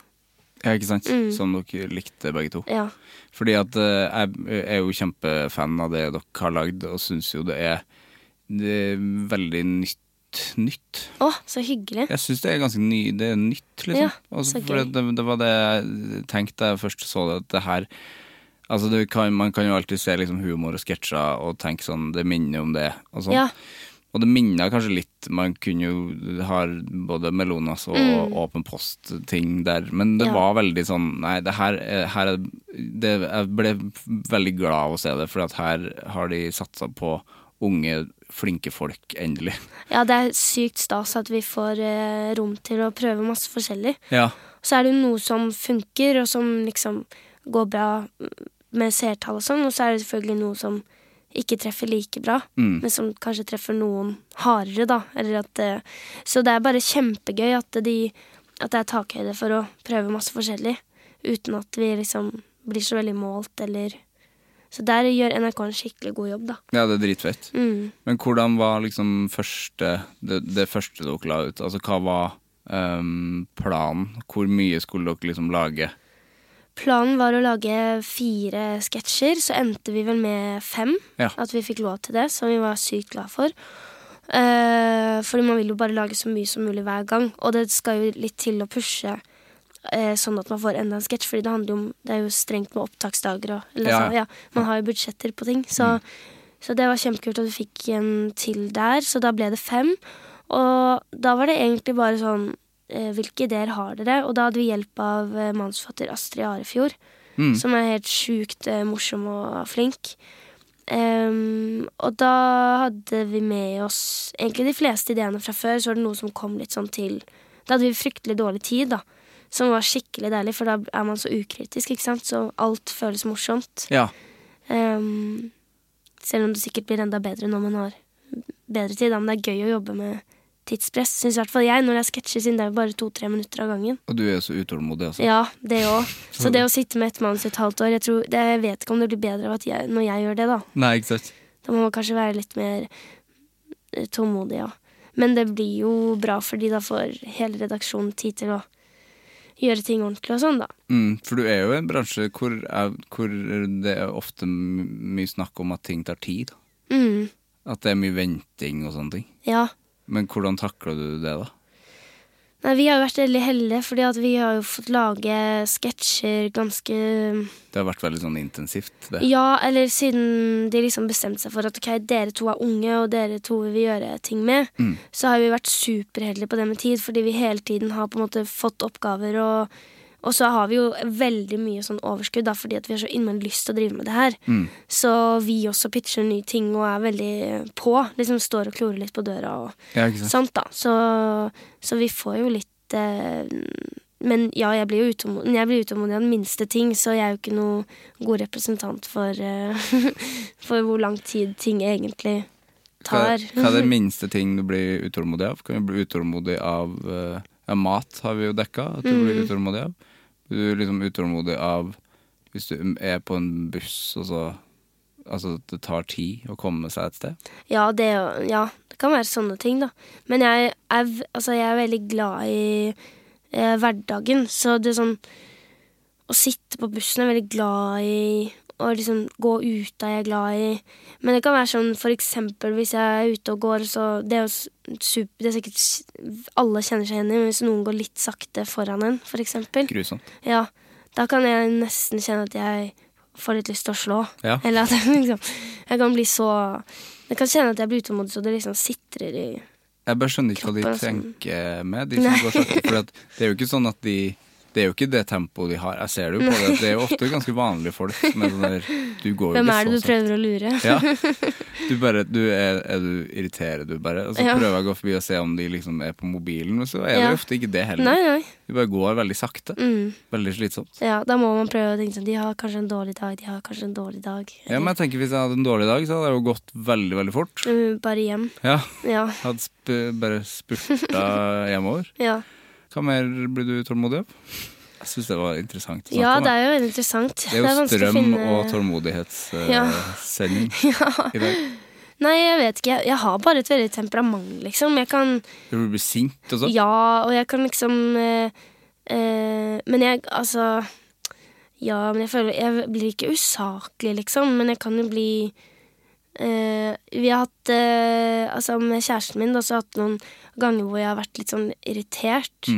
ja, ikke sant? Mm. Som dere likte begge to. ja. Fordi at eh, jeg er jo kjempefan av det dere har lagd, og syns jo det er, det er veldig nytt. Nytt. Å, så hyggelig. Jeg syns det er ganske ny, det er nytt, liksom. Ja, altså, så for gøy. det, det var det jeg tenkte da jeg først så det, at det her Altså, det kan, man kan jo alltid se liksom humor og sketsjer og tenke sånn Det minner om det, og sånn. Ja. Og det minner kanskje litt Man kunne jo ha både Melonas og Åpen post-ting der, men det Mm. Ja. var veldig sånn Nei, det her, er- her er det, Jeg ble veldig glad av å se det, for at her har de satsa på unge, flinke folk, endelig. ja, det er sykt stas at vi får eh, rom til å prøve masse forskjellig. Ja. Så er det jo noe som funker, og som liksom går bra med seertall og sånn, og så er det selvfølgelig noe som ikke treffer like bra, men som kanskje treffer noen hardere, da. Eller at, eh, så det er bare kjempegøy at, de, at det er takhøyde for å prøve masse forskjellig, uten at vi liksom blir så veldig målt, eller Så der gjør NRK en skikkelig god jobb, da. Ja, det er dritfett. Mm. Men hvordan var liksom første det, det første dere la ut? Altså, hva var ehm, planen? Hvor mye skulle dere liksom lage? Planen var å lage fire sketsjer, så endte vi vel med fem. Ja. At vi fikk lov til det, som vi var sykt glad for. Eh, fordi man vil jo bare lage så mye som mulig hver gang, og det skal jo litt til å pushe eh, sånn at man får enda en sketsj, fordi det handler jo om Det er jo strengt med opptaksdager og eller, Ja, Mm. så, ja. ja, Man har jo budsjetter på ting, så, så det var kjempekult at vi fikk en til der, så da ble det fem. Og da var det egentlig bare sånn eh, Hvilke ideer har dere? Og da hadde vi hjelp av eh, manusforfatter Astrid Arefjord, Mm. som er helt sjukt eh, morsom og flink. Ehm, og da hadde vi med oss egentlig de fleste ideene fra før. Så var det noe som kom litt sånn til Da hadde vi fryktelig dårlig tid, da. Som var skikkelig deilig, for da er man så ukritisk, ikke sant. Så alt føles morsomt. Ja. Ehm, selv om det sikkert blir enda bedre når man har bedre tid. Da. Men det er gøy å jobbe med tidspress, syns i hvert fall jeg, når det er sketsjer, siden det er jo bare to-tre minutter av gangen. Og du er jo så utålmodig, altså. Ja, det òg. Så det å sitte med et manus i et halvt år, jeg, tror, det, jeg vet ikke om det blir bedre av at jeg, når jeg gjør det, da. Nei, ikke sant? Da må man kanskje være litt mer eh, tålmodig, ja. Men det blir jo bra, fordi da får hele redaksjonen tid til å gjøre ting ordentlig og sånn, da. Mm, for du er jo i en bransje hvor, er, hvor det er ofte m- mye snakk om at ting tar tid. da. Mm, At det er mye venting og sånne ting. ja. Men hvordan takler du det, da? Nei, vi har jo vært veldig heldige, fordi at vi har jo fått lage sketsjer ganske Det har vært veldig sånn intensivt, det. Ja, eller siden de liksom bestemte seg for at ok, dere to er unge, og dere to vil vi gjøre ting med, så har vi vært superheldige på det med tid, fordi vi hele tiden har på en måte fått oppgaver, og, og så har vi jo veldig mye sånn overskudd, da, fordi at vi har så innmari lyst til å drive med det her. Så vi også pitcher nye ting og er veldig på, liksom står og klorer litt på døra og Ja, ikke sant? sånt, da. Så, så vi får jo litt eh, Men ja, jeg blir jo utålmodig, men jeg blir utålmodig av den minste ting, så jeg er jo ikke noen god representant for, eh, *laughs* for hvor lang tid ting egentlig Hva, tar. hva er det minste ting du blir utålmodig av? Kan du bli utålmodig av eh, Mm. ja, mat, har vi jo dekka at du blir utålmodig av. Blir du liksom utålmodig av Hvis du er på en buss, og så Altså, det tar tid å komme seg et sted. Ja, det, er jo- ja, det kan være sånne ting, da. Men jeg er, v- altså, jeg er veldig glad i eh, hverdagen. Så det er sånn Å sitte på bussen er jeg veldig glad i. Å liksom gå ute er jeg glad i. Men det kan være sånn for eksempel hvis jeg er ute og går, så Det er jo s- sup- det er sikkert s- alle kjenner seg igjen i, men hvis noen går litt sakte foran en, for eksempel Grusomt. ja, da kan jeg nesten kjenne at jeg får litt lyst til å slå. Ja. *laughs* Eller at jeg liksom Jeg kan bli så Jeg kan kjenne at jeg blir utålmodig, så det liksom sitrer i Jeg bare skjønner ikke hva de Kroppen som- tenker med, de som går *laughs* sakte. For at det er jo ikke sånn at de Det er jo ikke det tempoet de har. Jeg ser det jo på det. Det er jo ofte ganske vanlige folk som er sånn der Du går jo Hvem ikke er så det du prøver å lure? Ja. Du bare du er, er du irriterer du bare? Og så Ja. prøver jeg å gå forbi og se om de liksom er på mobilen, og så er det Ja. jo ofte ikke det heller. *laughs* Nei, nei. Du bare går veldig sakte. Mm. Veldig slitsomt. Ja, da må man prøve å tenke sånn De har kanskje en dårlig dag, de har kanskje en dårlig dag. Ja, men jeg tenker Hvis jeg hadde en dårlig dag, så hadde jeg jo gått veldig veldig fort. Mm, Bare hjem. Ja, Ja. jeg Hadde sp bare spurta *laughs* hjemover. Ja. Hva mer blir du tålmodig av? Jeg syns det var interessant. å snakke ja, om, det da. er jo veldig interessant. det er jo vanskelig å strøm finne- og tålmodighetssending Ja. *laughs* eh, sending i dag. Nei, jeg vet ikke. Jeg, jeg har bare et veldig temperament, liksom. Jeg kan Du blir sint og sånn. Ja, og jeg kan liksom eh, eh, Men jeg, altså Ja, men jeg føler Jeg blir ikke usaklig, liksom, men jeg kan jo bli eh, Vi har hatt eh, Altså, med kjæresten min da, så har jeg hatt noen ganger hvor jeg har vært litt sånn irritert.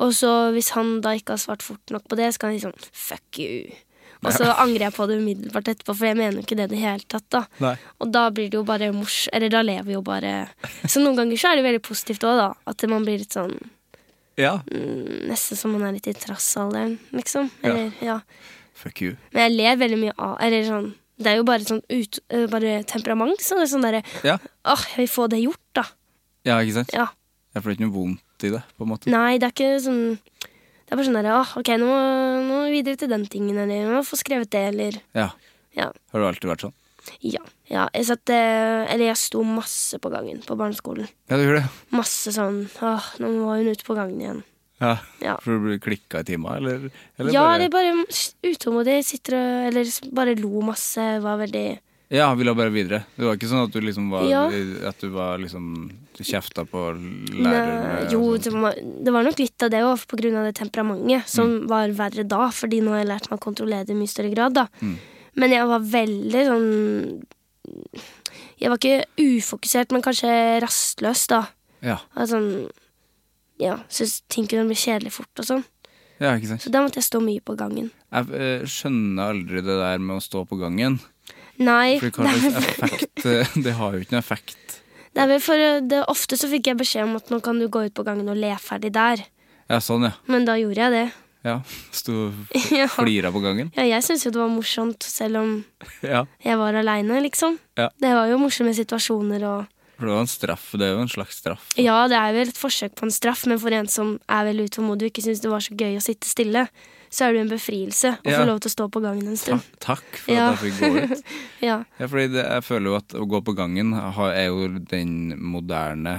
Og så hvis han da ikke har svart fort nok på det, så kan jeg si sånn Fuck you. Og så angrer jeg på det umiddelbart etterpå, for jeg mener jo ikke det i det hele tatt. da Nei. og da blir det jo bare mors... Eller da lever vi jo bare Så noen ganger så er det veldig positivt òg, da. At man blir litt sånn Ja. Nesten som man er litt i trassalderen, liksom. Eller, ja. Fuck you. Men jeg ler veldig mye av Eller sånn Det er jo bare sånn ut, øh, bare temperament. Så det er sånn derre Ja, Åh, jeg vil få det gjort, da. ja ikke sant? Ja. Jeg får ikke noe vondt i det, på en måte. Nei, det er ikke sånn Det er bare sånn derre Åh, OK, nå må, nå må vi videre til den tingen, eller nå må vi få skrevet det, eller Ja. Ja. Har du alltid vært sånn? Ja. ja. Jeg satt øh, Eller jeg sto masse på gangen på barneskolen. Ja, du gjør det. Masse sånn Åh, nå må hun ut på gangen igjen. Ja. Ja. For du blir klikka i timer, eller? eller ja, bare- det er bare mm, utålmodig. Sitter og Eller s- bare lo masse. Var veldig Ja, ville bare videre. Det var ikke sånn at du liksom var Ja. At du var liksom Du kjefta på læreren? Nei, Jo, det var, det var nok litt av det òg, pga. det temperamentet som var verre da. Fordi nå har jeg lært meg å kontrollere det i mye større grad, da. Men jeg var veldig sånn Jeg var ikke ufokusert, men kanskje rastløs, da. Ja. Altså, sånn, ja, Syntes ting kunne bli kjedelig fort og sånn. ja, ikke sant. Så da måtte jeg stå mye på gangen. Jeg eh, skjønner aldri det der med å stå på gangen. Nei. For det *laughs* hva er- slags effekt eh, Det har jo ikke noe effekt. Det er vel for, eh, det, ofte så fikk jeg beskjed om at nå kan du gå ut på gangen og le ferdig der. Ja, sånn, ja. Men da gjorde jeg det. *laughs* ja. Sto og ja. flira på gangen. ja, jeg syntes jo det var morsomt, selv om Ja. jeg var aleine, liksom. Ja. Det var jo morsomme situasjoner og For det var en straff. Det er jo en slags straff. Ja, det er vel et forsøk på en straff, men for en som er veldig utålmodig og ikke syns det var så gøy å sitte stille, så er det jo en befrielse å Ja. få lov til å stå på gangen Ta en stund. takk for Ja. at jeg fikk gå ut. Ja. Ja, fordi det, jeg føler jo at å gå på gangen har, er jo den moderne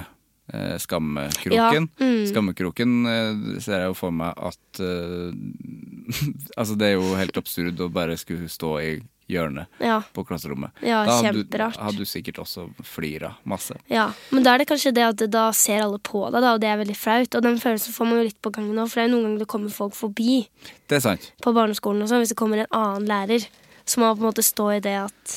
eh, skammekroken. Ja, mm. Skammekroken eh, ser jeg jo for meg at eh, *laughs* Altså, det er jo helt absurd å bare skulle stå i hjørnet Ja. på klasserommet. Ja, da hadde du, kjemperart. hadde du sikkert også flira masse. ja. Men da er det kanskje det at da ser alle på deg, da, og det er veldig flaut. Og den følelsen får man jo litt på gangen òg, for det er jo noen ganger det kommer folk forbi. Det er sant. på barneskolen og sånn, hvis det kommer en annen lærer, så må man på en måte stå i det at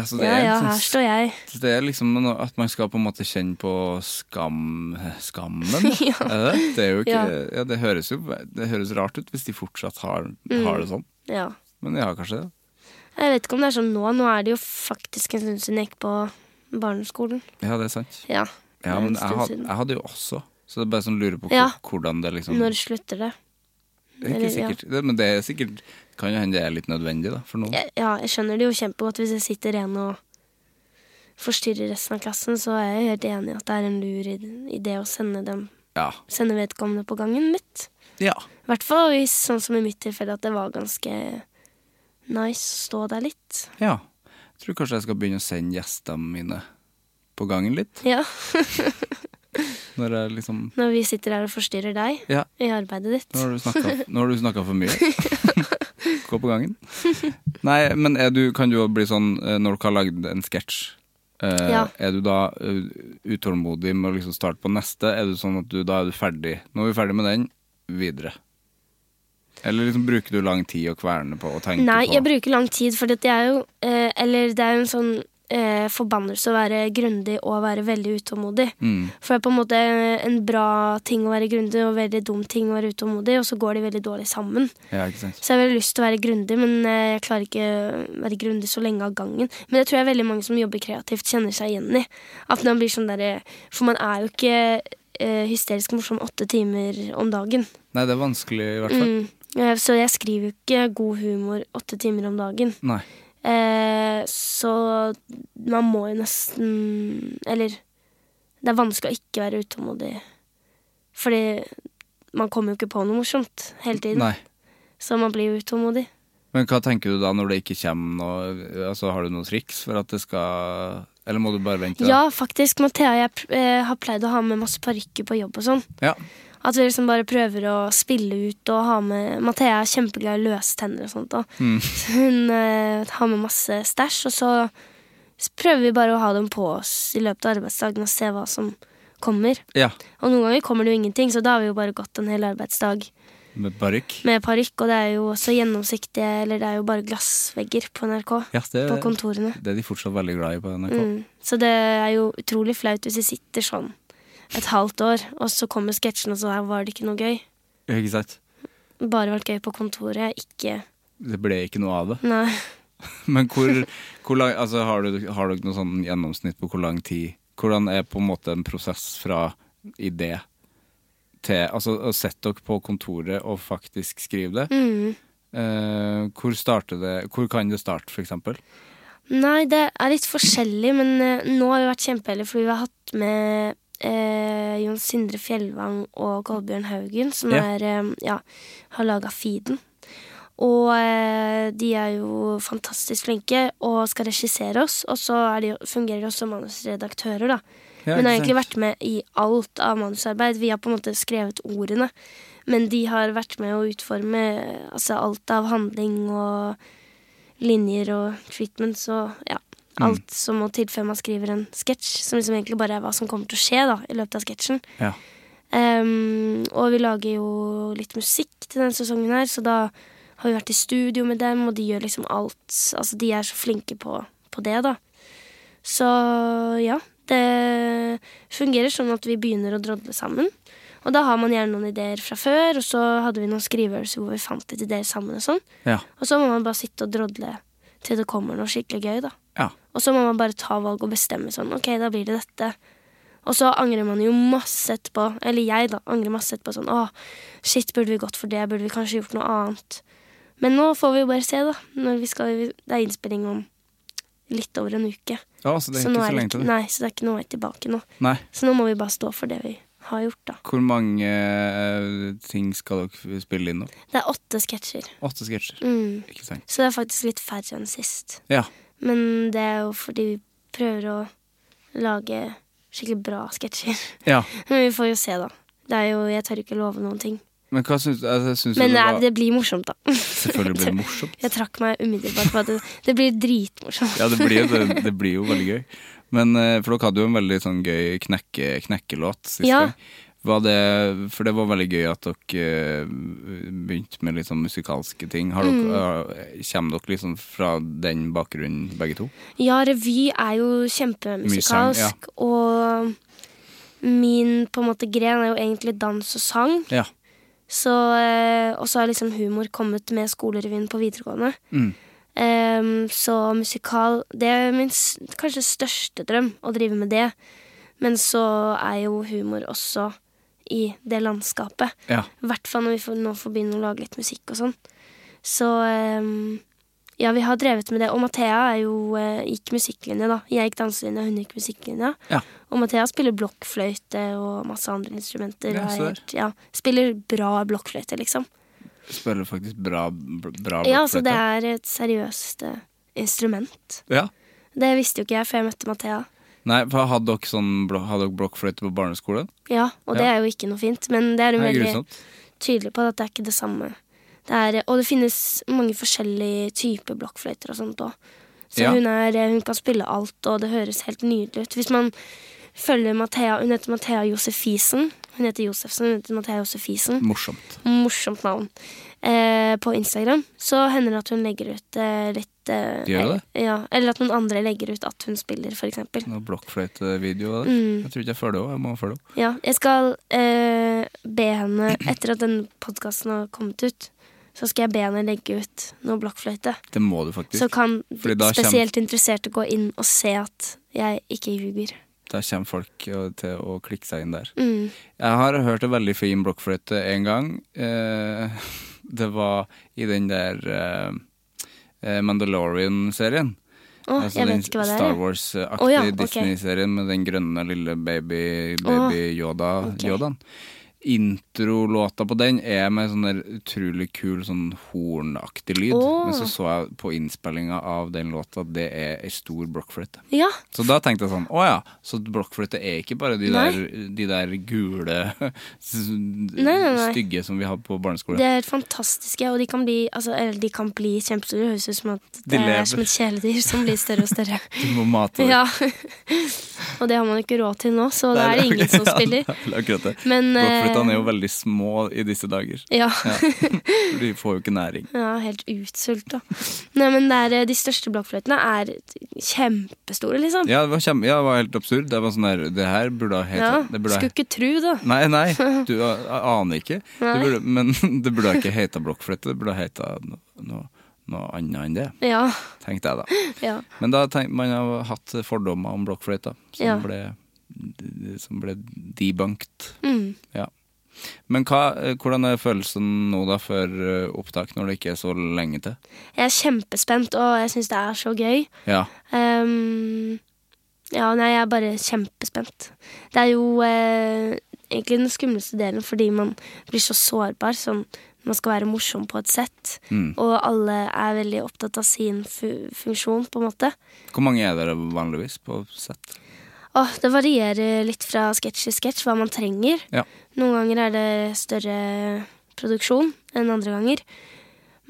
Ja, så det ja, er en ja, sånn her står jeg. Så Det er liksom noe- at man skal på en måte kjenne på skam, eh, skammen. *laughs* Er det? det er jo ikke Ja. ja, det, høres jo, det høres rart ut hvis de fortsatt har, Mm. har det sånn. Ja. Men ja, kanskje det. Jeg vet ikke om det er sånn nå. Nå er det jo faktisk en stund siden jeg gikk på barneskolen. Ja, det er sant. Ja, det Ja, er men en jeg, stund had, siden. jeg hadde jo også. Så det er bare sånn lurer på Ja. hvor- hvordan det liksom Når slutter det? det er eller, ikke ja. sikkert, det, Men det er sikkert kan jo hende det er litt nødvendig da, for noen. Jeg, ja, jeg skjønner det jo kjempegodt hvis jeg sitter igjen og forstyrrer resten av klassen, så er jeg helt enig i at det er en lur id- idé å sende dem Ja. sende vedkommende på gangen mitt. ja. I hvert fall hvis, sånn som i mitt tilfelle, at det var ganske nice å stå der litt. ja. Jeg tror kanskje jeg skal begynne å sende gjestene mine på gangen litt. Ja, Når jeg liksom Når vi sitter her og forstyrrer deg Ja, *laughs* i arbeidet ditt. nå har du snakka for mye. *laughs* *laughs* gå på gangen. Nei, men er du, kan du jo bli sånn eh, når dere har lagd en sketsj. eh, Ja. Er du da eh, utålmodig med å liksom starte på neste? Er du sånn at du, da er du ferdig? Nå er vi ferdig med den, videre. Eller liksom bruker du lang tid å kverne på og tenke Nei, på jeg bruker lang tid, for det er jo eh, Eller det er jo en sånn eh, forbannelse å være grundig og være veldig utålmodig. Mm. For det er på en måte en bra ting å være grundig og veldig dum ting å være utålmodig, og så går de veldig dårlig sammen. Ja, ikke sant? Så jeg har veldig lyst til å være grundig, men eh, jeg klarer ikke å være grundig så lenge av gangen. Men det tror jeg veldig mange som jobber kreativt, kjenner seg igjen i. At man blir sånn derre For man er jo ikke eh, hysterisk morsom åtte timer om dagen. Nei, det er vanskelig i hvert fall. Mm. Eh, Så jeg skriver jo ikke god humor åtte timer om dagen. Nei. Eh, så man må jo nesten Eller det er vanskelig å ikke være utålmodig. Fordi man kommer jo ikke på noe morsomt hele tiden. Nei. Så man blir jo utålmodig. Men hva tenker du da når det ikke kommer noe Altså, Har du noen triks for at det skal Eller må du bare vente? da? Ja, faktisk. Mathea og jeg pr- eh, har pleid å ha med masse parykker på jobb og sånn. Ja. At vi liksom bare prøver å spille ut og ha med Mathea er kjempeglad i løstenner og sånt. Da. *laughs* Så hun eh, har med masse stæsj, og så s- prøver vi bare å ha dem på oss i løpet av arbeidsdagen og se hva som kommer. ja. Og noen ganger kommer det jo ingenting, så da har vi jo bare gått en hel arbeidsdag Med barykk? med parykk, og det er jo også gjennomsiktige, eller det er jo bare glassvegger på NRK. Ja, det, På kontorene. det er de fortsatt veldig glad i på NRK. Mm. Så det er jo utrolig flaut hvis de sitter sånn et halvt år, og så kommer sketsjen, og så her var det ikke noe gøy. Ikke sant? Bare vært gøy på kontoret, ikke Det ble ikke noe av det. *laughs* Nei. Men hvor, hvor lang, altså, har, du, har dere noe sånn gjennomsnitt på hvor lang tid Hvordan er på en måte en prosess fra idé til Altså, å sette dere på kontoret og faktisk skrive det. Mm. Eh, hvor starter det Hvor kan det starte, for eksempel? Nei, det er litt forskjellig, men eh, nå har vi vært kjempeheldige fordi vi har hatt med eh, Jon Sindre Fjellvang og Kolbjørn Haugen, som Ja. er, eh, ja, har laga feeden. Og eh, de er jo fantastisk flinke og skal regissere oss. Og så er de, fungerer de også som manusredaktører, da. Ja, men har ikke egentlig sant? vært med i alt av manusarbeid. Vi har på en måte skrevet ordene, men de har vært med å utforme eh, altså, alt av handling og linjer og treatments og ja, Mm. alt som må til før man skriver en sketsj, som liksom egentlig bare er hva som kommer til å skje da, i løpet av sketsjen. Ja. Ehm, og vi lager jo litt musikk til denne sesongen her, så da har vi vært i studio med dem, og de gjør liksom alt. Altså, de er så flinke på, på det, da. Så ja, det fungerer sånn at vi begynner å drodle sammen. Og da har man gjerne noen ideer fra før, og så hadde vi noen skriveøvelser hvor vi fant litt ideer sammen og sånn. Ja. Og så må man bare sitte og drodle til det kommer noe skikkelig gøy, da. Ja. Og så må man bare ta valg og bestemme sånn, ok, da blir det dette. Og så angrer man jo masse etterpå, eller jeg da, angrer masse etterpå sånn, åh, shit, burde vi gått for det, burde vi kanskje gjort noe annet. Men nå får vi jo bare se da, når vi skal, det er innspilling om litt over en uke. ja, så det er nå ikke så er det lenge til det. Nei, så det er ikke noe vei tilbake nå. Nei. Så nå må vi bare stå for det vi har gjort da. Hvor mange eh, ting skal dere spille inn nå? Det er åtte sketsjer. Åtte sketsjer. Mm. Ikke sant? Så det er faktisk litt færre enn sist. Ja. Men det er jo fordi vi prøver å lage skikkelig bra sketsjer. *laughs* ja. Men vi får jo se, da. Det er jo, jeg tør ikke love noen ting. Men hva syns altså, syns du? Men det eh, var- det blir morsomt, da. *laughs* Selvfølgelig blir det morsomt. Jeg trakk meg umiddelbart på at det, det blir dritmorsomt. Ja, det blir, jo- det, det blir jo veldig gøy. Men eh, For dere hadde jo en veldig sånn gøy knekke, knekkelåt sist Ja. gang. Var det, for det var veldig gøy at dere eh, begynte med litt sånn musikalske ting. Har Mm. dere, eh, kommer dere liksom fra den bakgrunnen, begge to? Ja, revy er jo Mye sang, kjempemusikalsk, og min på en måte gren er jo egentlig dans og sang. Ja. Så, eh, og så har liksom humor kommet med skolerevyen på videregående. Mm. Ehm, så musikal Det er min s kanskje største drøm, å drive med det. Men så er jo humor også i det landskapet. ja. I hvert fall når vi får, nå får begynne å lage litt musikk og sånn. Så ehm, ja, vi har drevet med det. Og Mathea er jo, eh, gikk musikklinja, da. Jeg gikk danselinja, hun gikk musikklinja. Ja. Og Mathea spiller blokkfløyte og masse andre instrumenter. Ja, og er så der. helt- ja, spiller bra blokkfløyte, liksom. Spiller faktisk bra, bra Ja, altså det er et seriøst eh, instrument. ja. Det visste jo ikke jeg før jeg møtte Mathea. Nei, for hadde dere, sånn, blå- hadde dere blokkfløyte på barneskolen? Ja, og det Ja. er jo ikke noe fint, men det er hun Det er veldig grusomt. tydelig på at det er ikke det samme. Det er, eh, og det finnes mange forskjellige typer blokkfløyter og sånt òg. Så Ja. hun, er, eh, hun kan spille alt, og det høres helt nydelig ut. Hvis man følger Mathea Hun heter Mathea Josefisen. Hun heter Josefsen, hun heter Mathea Josefisen Mm. Morsomt. morsomt navn eh, på Instagram, så hender det at hun legger ut eh, litt eh, Gjør det? eh, Ja, Eller at noen andre legger ut at hun spiller, f.eks. Noe blokkfløytevideo der. Mm. Jeg tror ikke jeg følger henne, jeg må følge henne. Ja, jeg skal eh, be henne, etter at den podkasten har kommet ut, så skal jeg be henne legge ut noe blokkfløyte. Det må du faktisk. Så kan de Fordi da kjem- spesielt interesserte gå inn og se at jeg ikke ljuger. Da kommer folk eh, til å klikke seg inn der. Jeg Mm. har hørt en veldig fin blokkfløyte en gang. Eh, *laughs* det var i den der eh, eh, Mandalorian-serien. Å, jeg vet ikke hva det er. Altså, Star jeg. Wars-aktige Å ja, ok. Disney-serien med den grønne lille baby, baby Yoda, ok. Yodaen. Introlåta på den er med sånn der utrolig kul sånn hornaktig lyd. Å. Men så så jeg på innspillinga av den låta, det er ei stor blokkfløyte. Ja, Så da tenkte jeg sånn, å ja, så blokkfløyte er ikke bare de, Nei. der, de der gule s- nei, nei. stygge som vi hadde på barneskolen. *laughs* De er helt fantastiske, og de kan bli, altså, eller de kan bli kjempestore. Det høres ut som at De det lever. er som et kjæledyr som blir større og større. *laughs* *laughs* Du må mate det. ja. Og det har man ikke råd til nå, så da er det ingen som spiller. *laughs* Ja, det er akkurat det. Men eh, Blokkfløytene er jo veldig små i disse dager. ja. For De får jo ikke næring. ja, helt utsulta. Nei, men det er, eh, de største blokkfløytene er kjempestore, liksom. Ja, det var, kjempe, ja, det var helt absurd. Det var sånn der, det her burde ha helt Ja, det burde ha- Skulle ikke tru, da. Nei, nei, du a- a- aner ikke. Det burde, men *laughs* det burde ha ikke heta blokkfløyte, det burde ha heta no- noe noe annet enn det, Ja, tenkte jeg da. ja. Men da tenkte man har hatt fordommer om blokkfløyta, som, Ja. ble, som ble debunked. Mm. Ja. Men hva, eh, hvordan er følelsen nå da før eh, opptak, når det ikke er så lenge til? Jeg er kjempespent, og jeg syns det er så gøy. Ja, Ehm, ja, nei, jeg er bare kjempespent. Det er jo eh, egentlig den skumleste delen fordi man blir så sårbar. Sånn, man skal være morsom på et sett, Mm. og alle er veldig opptatt av sin fu funksjon, på en måte. Hvor mange er dere vanligvis på sett? Åh, det varierer litt fra sketsj til sketsj hva man trenger. Ja. Noen ganger er det større produksjon enn andre ganger.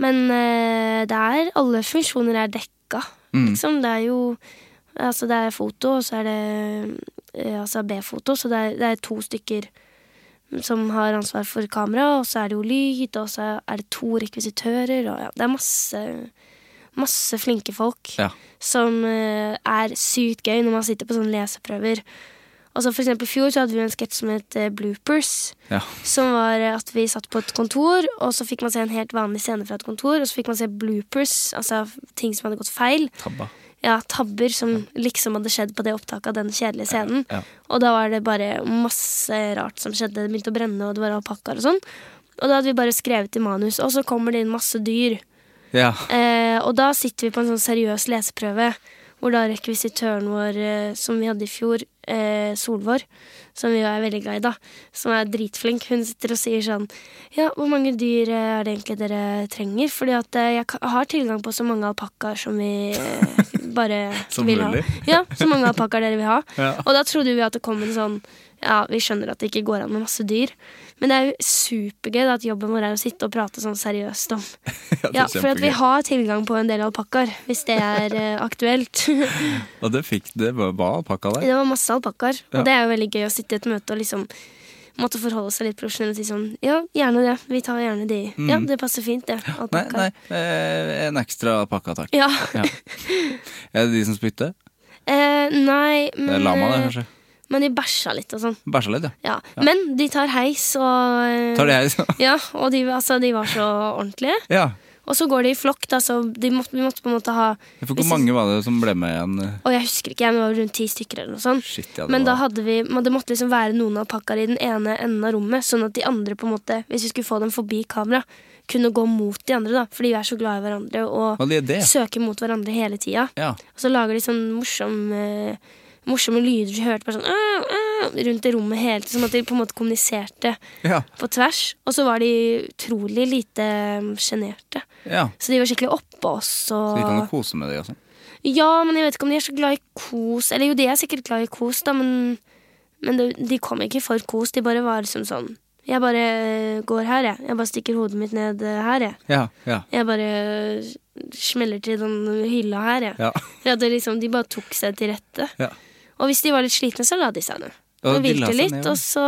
Men eh, det er alle funksjoner er dekka. Mm. Liksom, det er jo Altså, det er foto, og så er det eh, altså B-foto, så det er, det er to stykker som har ansvar for kamera, og så er det jo lyd, og så er det to rekvisitører, og ja, det er masse, masse flinke folk Ja. som eh, er sykt gøy når man sitter på sånne leseprøver. Og så for eksempel i fjor så hadde vi jo en sketsj som het eh, Bloopers. Ja. Som var eh, at vi satt på et kontor, og så fikk man se en helt vanlig scene fra et kontor. Og så fikk man se bloopers, altså ting som hadde gått feil. Tabba. Ja, Tabber som liksom hadde skjedd på det opptaket av den kjedelige scenen. Ja. Og da var det bare masse rart som skjedde. Det begynte å brenne, og det var alpakkaer og sånn. Og da hadde vi bare skrevet i manus. Og så kommer det inn masse dyr. Ja. *laughs* Eh, og da sitter vi på en sånn seriøs leseprøve, hvor da rekvisitøren vår, eh, som vi hadde i fjor, eh, Solvår, som vi er veldig glad i, da, som er dritflink, hun sitter og sier sånn Ja, hvor mange dyr eh, er det egentlig dere trenger? Fordi at eh, jeg ka- har tilgang på så mange alpakkaer som vi eh, bare *laughs* Som vil mulig. ha. *laughs* Ja, så mange alpakkaer dere vil ha. *laughs* Ja. Og da trodde vi at det kom en sånn Ja, vi skjønner at det ikke går an med masse dyr. Men det er jo supergøy da, at jobben vår er å sitte og prate sånn seriøst om det er ja, for at vi kjempegøy. har tilgang på en del alpakkaer, hvis det er *laughs* eh, aktuelt. det Og det fikk det var- var pakka der. var masse alpakkaer, Ja. og det er jo veldig gøy å sitte i et møte og liksom måtte forholde seg litt profesjonell og si sånn Ja, gjerne det. Vi tar gjerne de. Ja, det passer fint, det. Nei, Mm. nei, Alpakkaer. eh, en ekstra pakka, takk. Ja. Ja. Er det de som spytter? *laughs* Eh, nei, Det er men, lama, det, eh, kanskje. men de bæsja litt og sånn. Bæsja litt, ja. Ja. Men de tar heis og eh, Tar de her, liksom? *laughs* Ja, og de, altså, de var så ordentlige. Ja. Og så går de i flokk, da, så de måtte, vi måtte på en måte ha For Hvis- hvor mange var det som ble med igjen? Og jeg husker ikke, men det var rundt ti stykker eller noe sånt. Shit, ja, det Men da var hadde vi, men det måtte liksom være noen alpakkaer i den ene enden av rommet, sånn at de andre, på en måte, hvis vi skulle få dem forbi kamera, kunne gå mot de andre, da. Fordi vi er så glad i hverandre og Hva er det? søker mot hverandre hele tida. Ja. Og så lager de sånn morsom, eh, morsomme lyder vi hørte bare sånn «Åh, åh», rundt i rommet hele tiden, sånn at de på en måte kommuniserte Ja. på tvers. Og så var de utrolig lite eh, sjenerte. ja. Så de var skikkelig oppå oss. Og... Så vi kan jo kose med det og sånn. Ja, men jeg vet ikke om de er så glad i kos. Eller jo, de er sikkert glad i kos, da, men, men det, de kom ikke for kos. De bare var liksom sånn Jeg bare eh, går her, jeg. Jeg bare stikker hodet mitt ned eh, her, jeg. Ja, ja. Jeg bare eh, smeller til den hylla her, jeg. Ja. For at det liksom, de bare tok seg til rette. Ja. Og hvis de var litt slitne, så la de seg ned. Ja, Og de la hvilte seg litt, ned, ja. og så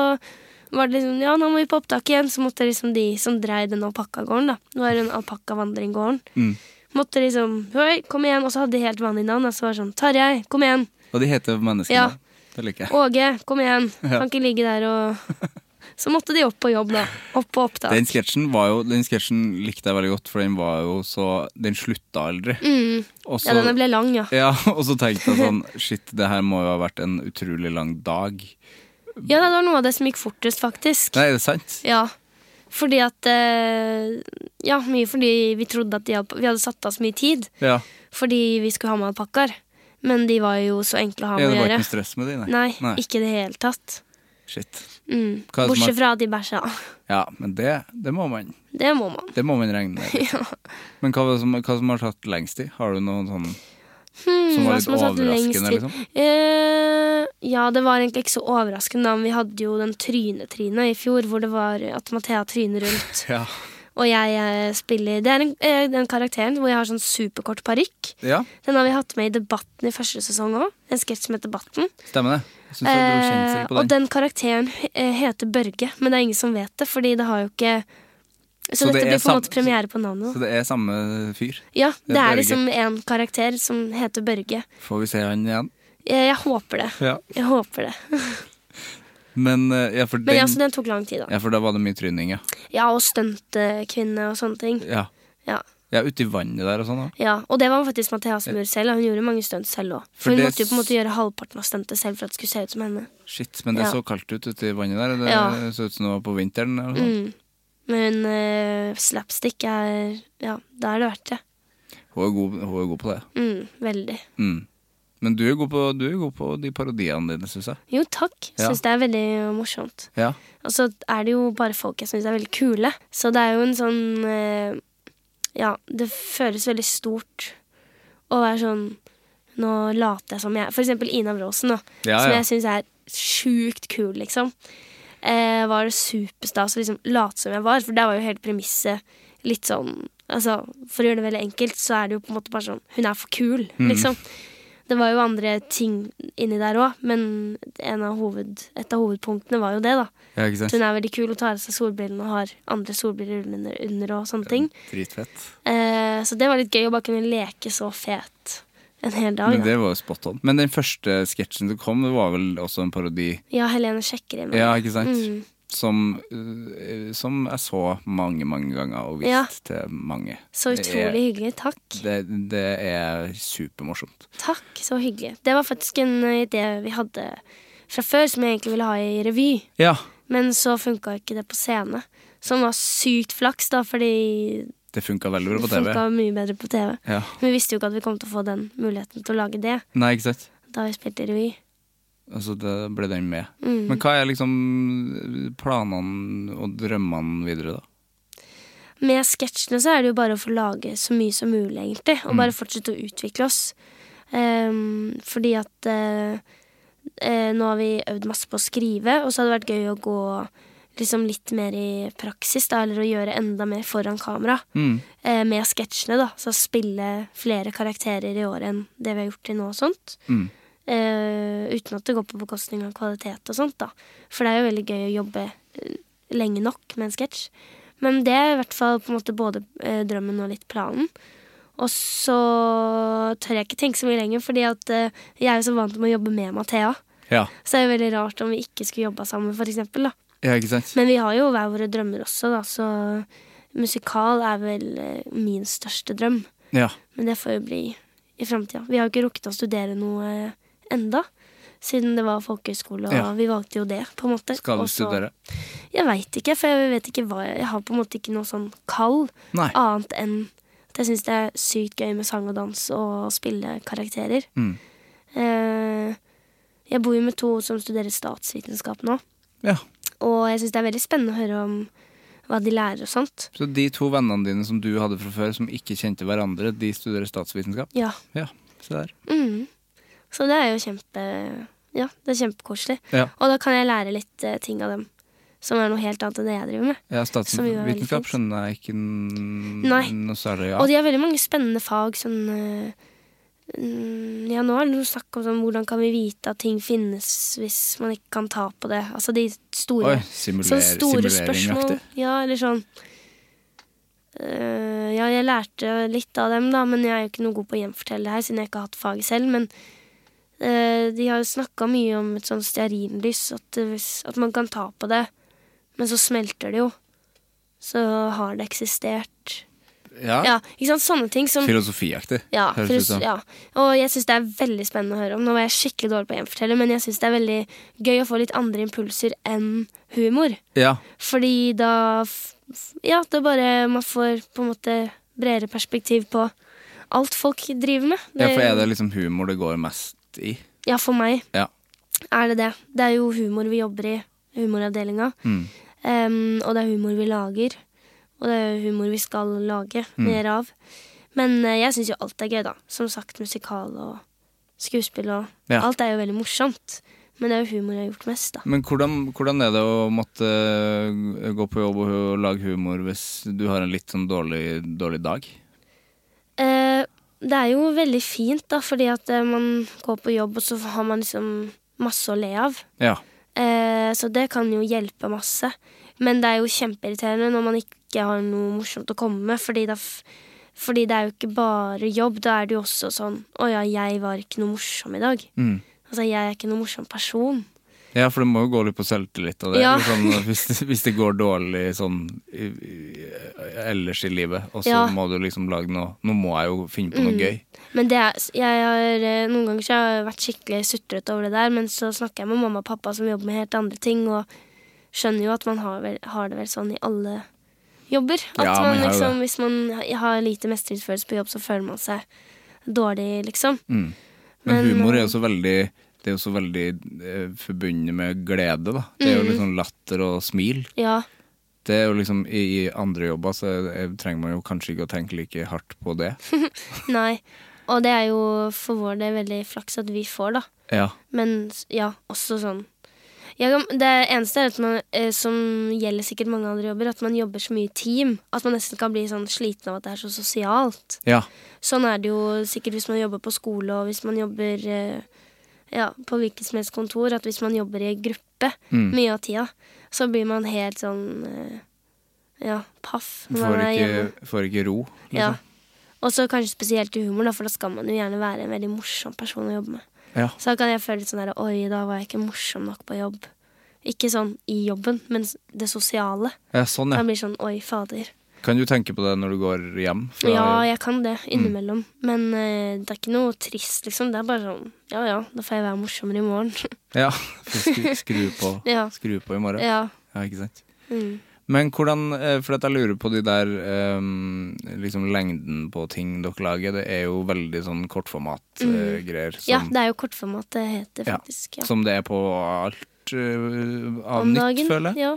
var det liksom Ja, nå må vi på opptak igjen. Så måtte liksom de som drev den alpakkagården, da Det var en alpakkavandringgården. Mm. Måtte liksom Hei, kom igjen. Og så hadde de helt vanlige navn. Og så var det sånn Tarjei, kom igjen. Og de heter menneskene. Ja. Det liker jeg. Åge, kom igjen. Ja. Kan ikke ligge der og *laughs* Så måtte de opp på jobb, da. Opp på opptak. Den sketsjen var jo Den sketsjen likte jeg veldig godt, for den var jo så Den slutta aldri. Mm. Og så- Ja, den ble lang, ja. *laughs* ja, og så tenkte jeg sånn Shit, det her må jo ha vært en utrolig lang dag. Ja, det var noe av det som gikk fortest, faktisk. Nei, er det sant? Ja, fordi at eh, Ja, mye fordi vi trodde at de hadde, vi hadde satt av så mye tid Ja. fordi vi skulle ha med alpakkaer. Men de var jo så enkle å ha Ja, med det å var ikke gjøre. noe stress med de, nei. Nei, ikke i det hele tatt. Shit. Mm. Hva er det som er- Bortsett fra at de bæsja. Ja, men det, det, må man, Det må man. det må man regne *laughs* med. liksom. Men hva, var det som, hva som har tatt lengst tid? Har du noen sånn Hmm, Som var hva litt har tatt lengst overraskende, tid? liksom? Eh, ja, det var egentlig ikke så overraskende, da, men vi hadde jo den Tryne-Trine i fjor, hvor det var at Mathea tryner rundt, Ja. og jeg eh, spiller Det er en, eh, den karakteren hvor jeg har sånn superkort parykk. ja, Den har vi hatt med i Debatten i første sesong òg. En sketsj som heter Debatten. stemmer det. Jeg synes jeg dro Eh, kjensel på og den. den karakteren eh, heter Børge, men det er ingen som vet det, fordi det har jo ikke Så, Så det er dette blir på en sam- måte premiere på navnet. Så da. det er samme fyr. Ja, det er det er Børge. liksom en karakter som heter Børge. Får vi se han igjen? Jeg, jeg håper det. Ja. Jeg håper det. Men, eh, ja, for den, Men ja, så den tok lang tid, da. ja, for da var det mye tryning, ja. Ja, og stuntkvinne og sånne ting. Ja, Ja. ja ute i vannet der og sånn òg. Ja, Og det var faktisk Mathea som gjorde selv. Og hun gjorde mange stunt selv òg. For For hun det måtte jo på en s- måte gjøre halvparten av stuntet selv for at det skulle se ut som henne. Shit, men det Ja. så kaldt ut ute i vannet der. og Det Ja. så ut som det var på vinteren. Eller noe sånt. Mm. Men eh, slapstick er Ja, da er det verdt det. Hun, er god, hun er god på det. Mm, veldig. Mm. Men du er, god på, du er god på de parodiene dine, syns jeg. Jo, takk. Ja. Syns det er veldig morsomt. Ja. Og så er det jo bare folk jeg syns er veldig kule. Så det er jo en sånn eh, Ja, det føles veldig stort å være sånn Nå later jeg som jeg er. For eksempel Ina Bråsen, da. Ja, Som ja. jeg syns er sjukt kul, liksom. Eh, var det superstas å liksom late som jeg var? For der var jo hele premisset litt sånn Altså, For å gjøre det veldig enkelt, så er det jo på en måte bare sånn Hun er for kul, Mhm. liksom. Det var jo andre ting inni der òg, men en av hoved, et av hovedpunktene var jo det, da. ja, ikke At sant? hun er veldig kul og tar av seg solbrillene og har andre solbriller under, under og sånne ting. Dritfett. Eh, så det var litt gøy å bare kunne leke så fet en hel dag. Men Da. det var jo spot on. Men den første sketsjen som kom, det var vel også en parodi. Ja, Helene sjekker inn. Ja, ikke sant? Mm. Som, øh, som jeg så mange, mange ganger og viste Ja. til mange. Så Det er- utrolig hyggelig. Takk. Det, det er supermorsomt. Takk, så hyggelig. Det var faktisk en eh, idé vi hadde fra før, som jeg egentlig ville ha i revy. Ja, Men så funka ikke det på scene. Som var sykt flaks, da, fordi det funka veldig bra på det TV. funka mye bedre på TV. Ja. Men vi visste jo ikke at vi kom til å få den muligheten til å lage det Nei, ikke sant? da vi spilte i revy. Altså, det ble den med. Mm. Men hva er liksom planene og drømmene videre, da? Med sketsjene så er det jo bare å få lage så mye som mulig, egentlig. Og bare fortsette å utvikle oss. Ehm, fordi at eh, eh, nå har vi øvd masse på å skrive, og så hadde det vært gøy å gå liksom litt mer i praksis, da, eller å gjøre enda mer foran kamera. Mm. eh, med sketsjene, da. Så spille flere karakterer i år enn det vi har gjort til nå og sånt. Mm. Eh, uten at det går på bekostning av kvalitet og sånt, da. For det er jo veldig gøy å jobbe eh, lenge nok med en sketsj. Men det er i hvert fall på en måte både eh, drømmen og litt planen. Og så tør jeg ikke tenke så mye lenger, fordi at eh, jeg er jo så vant med å jobbe med Mathea. Ja. Så det er jo veldig rart om vi ikke skulle jobba sammen, for eksempel, da. ja, ikke sant? Men vi har jo hver våre drømmer også, da, så musikal er vel eh, min største drøm. Ja. Men det får jo bli i framtida. Vi har jo ikke rukket å studere noe eh, enda, siden det var folkehøyskole, og Ja. vi valgte jo det, på en måte. Skal Og du så- studere? Jeg veit ikke, for jeg vet ikke hva jeg Jeg har på en måte ikke noe sånn kall Nei. annet enn at jeg syns det er sykt gøy med sang og dans og spille karakterer. Mm. Eh, jeg bor jo med to som studerer statsvitenskap nå. Ja. Og jeg syns det er veldig spennende å høre om hva de lærer og sånt. Så de to vennene dine som du hadde fra før, som ikke kjente hverandre, de studerer statsvitenskap? Ja. Ja, se der. Mm. Så det er jo kjempe Ja, det er kjempekoselig. Ja. Og da kan jeg lære litt eh, ting av dem. som er noe helt annet enn det jeg driver med. Ja, Som jo er veldig Statsvitenskap fint. skjønner jeg ikke n- Nei. noe særlig av. Og de har veldig mange spennende fag. Sånn, eh, mm, ja, nå er det noe snakk om sånn, hvordan kan vi vite at ting finnes hvis man ikke kan ta på det. Altså de store, Oi, simuler, sånn store spørsmål. simuleringaktig. Ja, eller sånn eh, Ja, jeg lærte litt av dem, da, men jeg er jo ikke noe god på å gjenfortelle det her, siden jeg ikke har hatt faget selv. Men eh, de har jo snakka mye om et sånn stearinlys, at, det- hvis- at man kan ta på det, men så smelter det jo. Så har det eksistert. Ja, Ja, ikke sant? Sånne ting som Filosofiaktig, ja, høres for, ut som. ja. Og jeg syns det er veldig spennende å høre om. Nå var jeg skikkelig dårlig på å gjenfortelle, men jeg syns det er veldig gøy å få litt andre impulser enn humor. Ja. Fordi da f- f- Ja, det er bare Man får på en måte bredere perspektiv på alt folk driver med. ja, for er det liksom humor det går mest i? ja, for meg Ja. er det det. Det er jo humor vi jobber i. Humoravdelinga. Mm. Em, og det er humor vi lager. Og det er humor vi skal lage Mm. mer av. Men eh, jeg syns jo alt er gøy, da. Som sagt, musikal og skuespill og Ja. Alt er jo veldig morsomt. Men det er jo humor jeg har gjort mest, da. Men hvordan, hvordan er det å måtte øh, gå på jobb og hu- lage humor hvis du har en litt sånn dårlig, dårlig dag? Eh, det er jo veldig fint, da, fordi at eh, man går på jobb, og så har man liksom masse å le av. Ja. Eh, så det kan jo hjelpe masse. Men det er jo kjempeirriterende når man ikke har noe morsomt å komme med. Fordi, da, f- fordi det er jo ikke bare jobb. Da er det jo også sånn Å ja, jeg var ikke noe morsom i dag. Mm. Altså, jeg er ikke noe morsom person. Ja, for det må jo gå litt på selvtillit av det. Ja. eller Sånn, hvis, det- hvis det går dårlig sånn i, i, ellers i livet, og så Ja. Mm. må du liksom lage noe Nå må jeg jo finne på noe gøy. Men det er, jeg har, eh, noen ganger så har jeg vært skikkelig sutret over det der, men så snakker jeg med mamma og pappa som jobber med helt andre ting, og skjønner jo at man har, vel, har det vel sånn i alle jobber. At Ja, man har man jo liksom, hvis man har lite mestringsfølelse på jobb, så føler man seg dårlig, liksom. Men Men, humor er jo så veldig Det er jo så veldig eh, forbundet med glede, da. Det Mm. er jo liksom latter og smil. Ja, Det er jo liksom I, i andre jobber så eh, trenger man jo kanskje ikke å tenke like hardt på *laughs* det. nei. Og det er jo for vår del veldig flaks at vi får, da. Ja. Men s- ja, også sånn jeg, kan- Det eneste er at man, eh, som gjelder sikkert mange andre jobber, at man jobber så mye i team. At man nesten kan bli sånn sliten av at det er så sosialt. ja. Sånn er det jo sikkert hvis man jobber på skole og hvis man jobber eh, ja, på hvilket som helst kontor. At hvis man jobber i gruppe Mm. mye av tida, så blir man helt sånn eh, ja, paff. når man Får er hjemme. ikke, får ikke ro. ja. Liksom. Og så kanskje spesielt i humor, da, for da skal man jo gjerne være en veldig morsom person å jobbe med. Ja. Så da kan jeg føle litt sånn der Oi, da var jeg ikke morsom nok på jobb. Ikke sånn i jobben, men s- det sosiale. ja, sånn, Da ja. blir det sånn oi, fader. Kan du tenke på det når du går hjem? fra Ja, jobb? jeg kan det Mm. innimellom. Men eh, det er ikke noe trist, liksom. Det er bare sånn ja ja, da får jeg være morsommere i morgen. ja. *laughs* Skru, skru, på, Ja. skru på i morgen. *laughs* ja. Ja, ikke sant? Mm. Men hvordan, eh, for at jeg lurer på de der ehm, liksom lengden på ting dere lager, det er jo veldig sånn kortformat-greier. Mm. ja, det er jo kortformat det heter, faktisk. Ja. Som det er på alt eh, av Om nytt, dagen, føler jeg. Ja.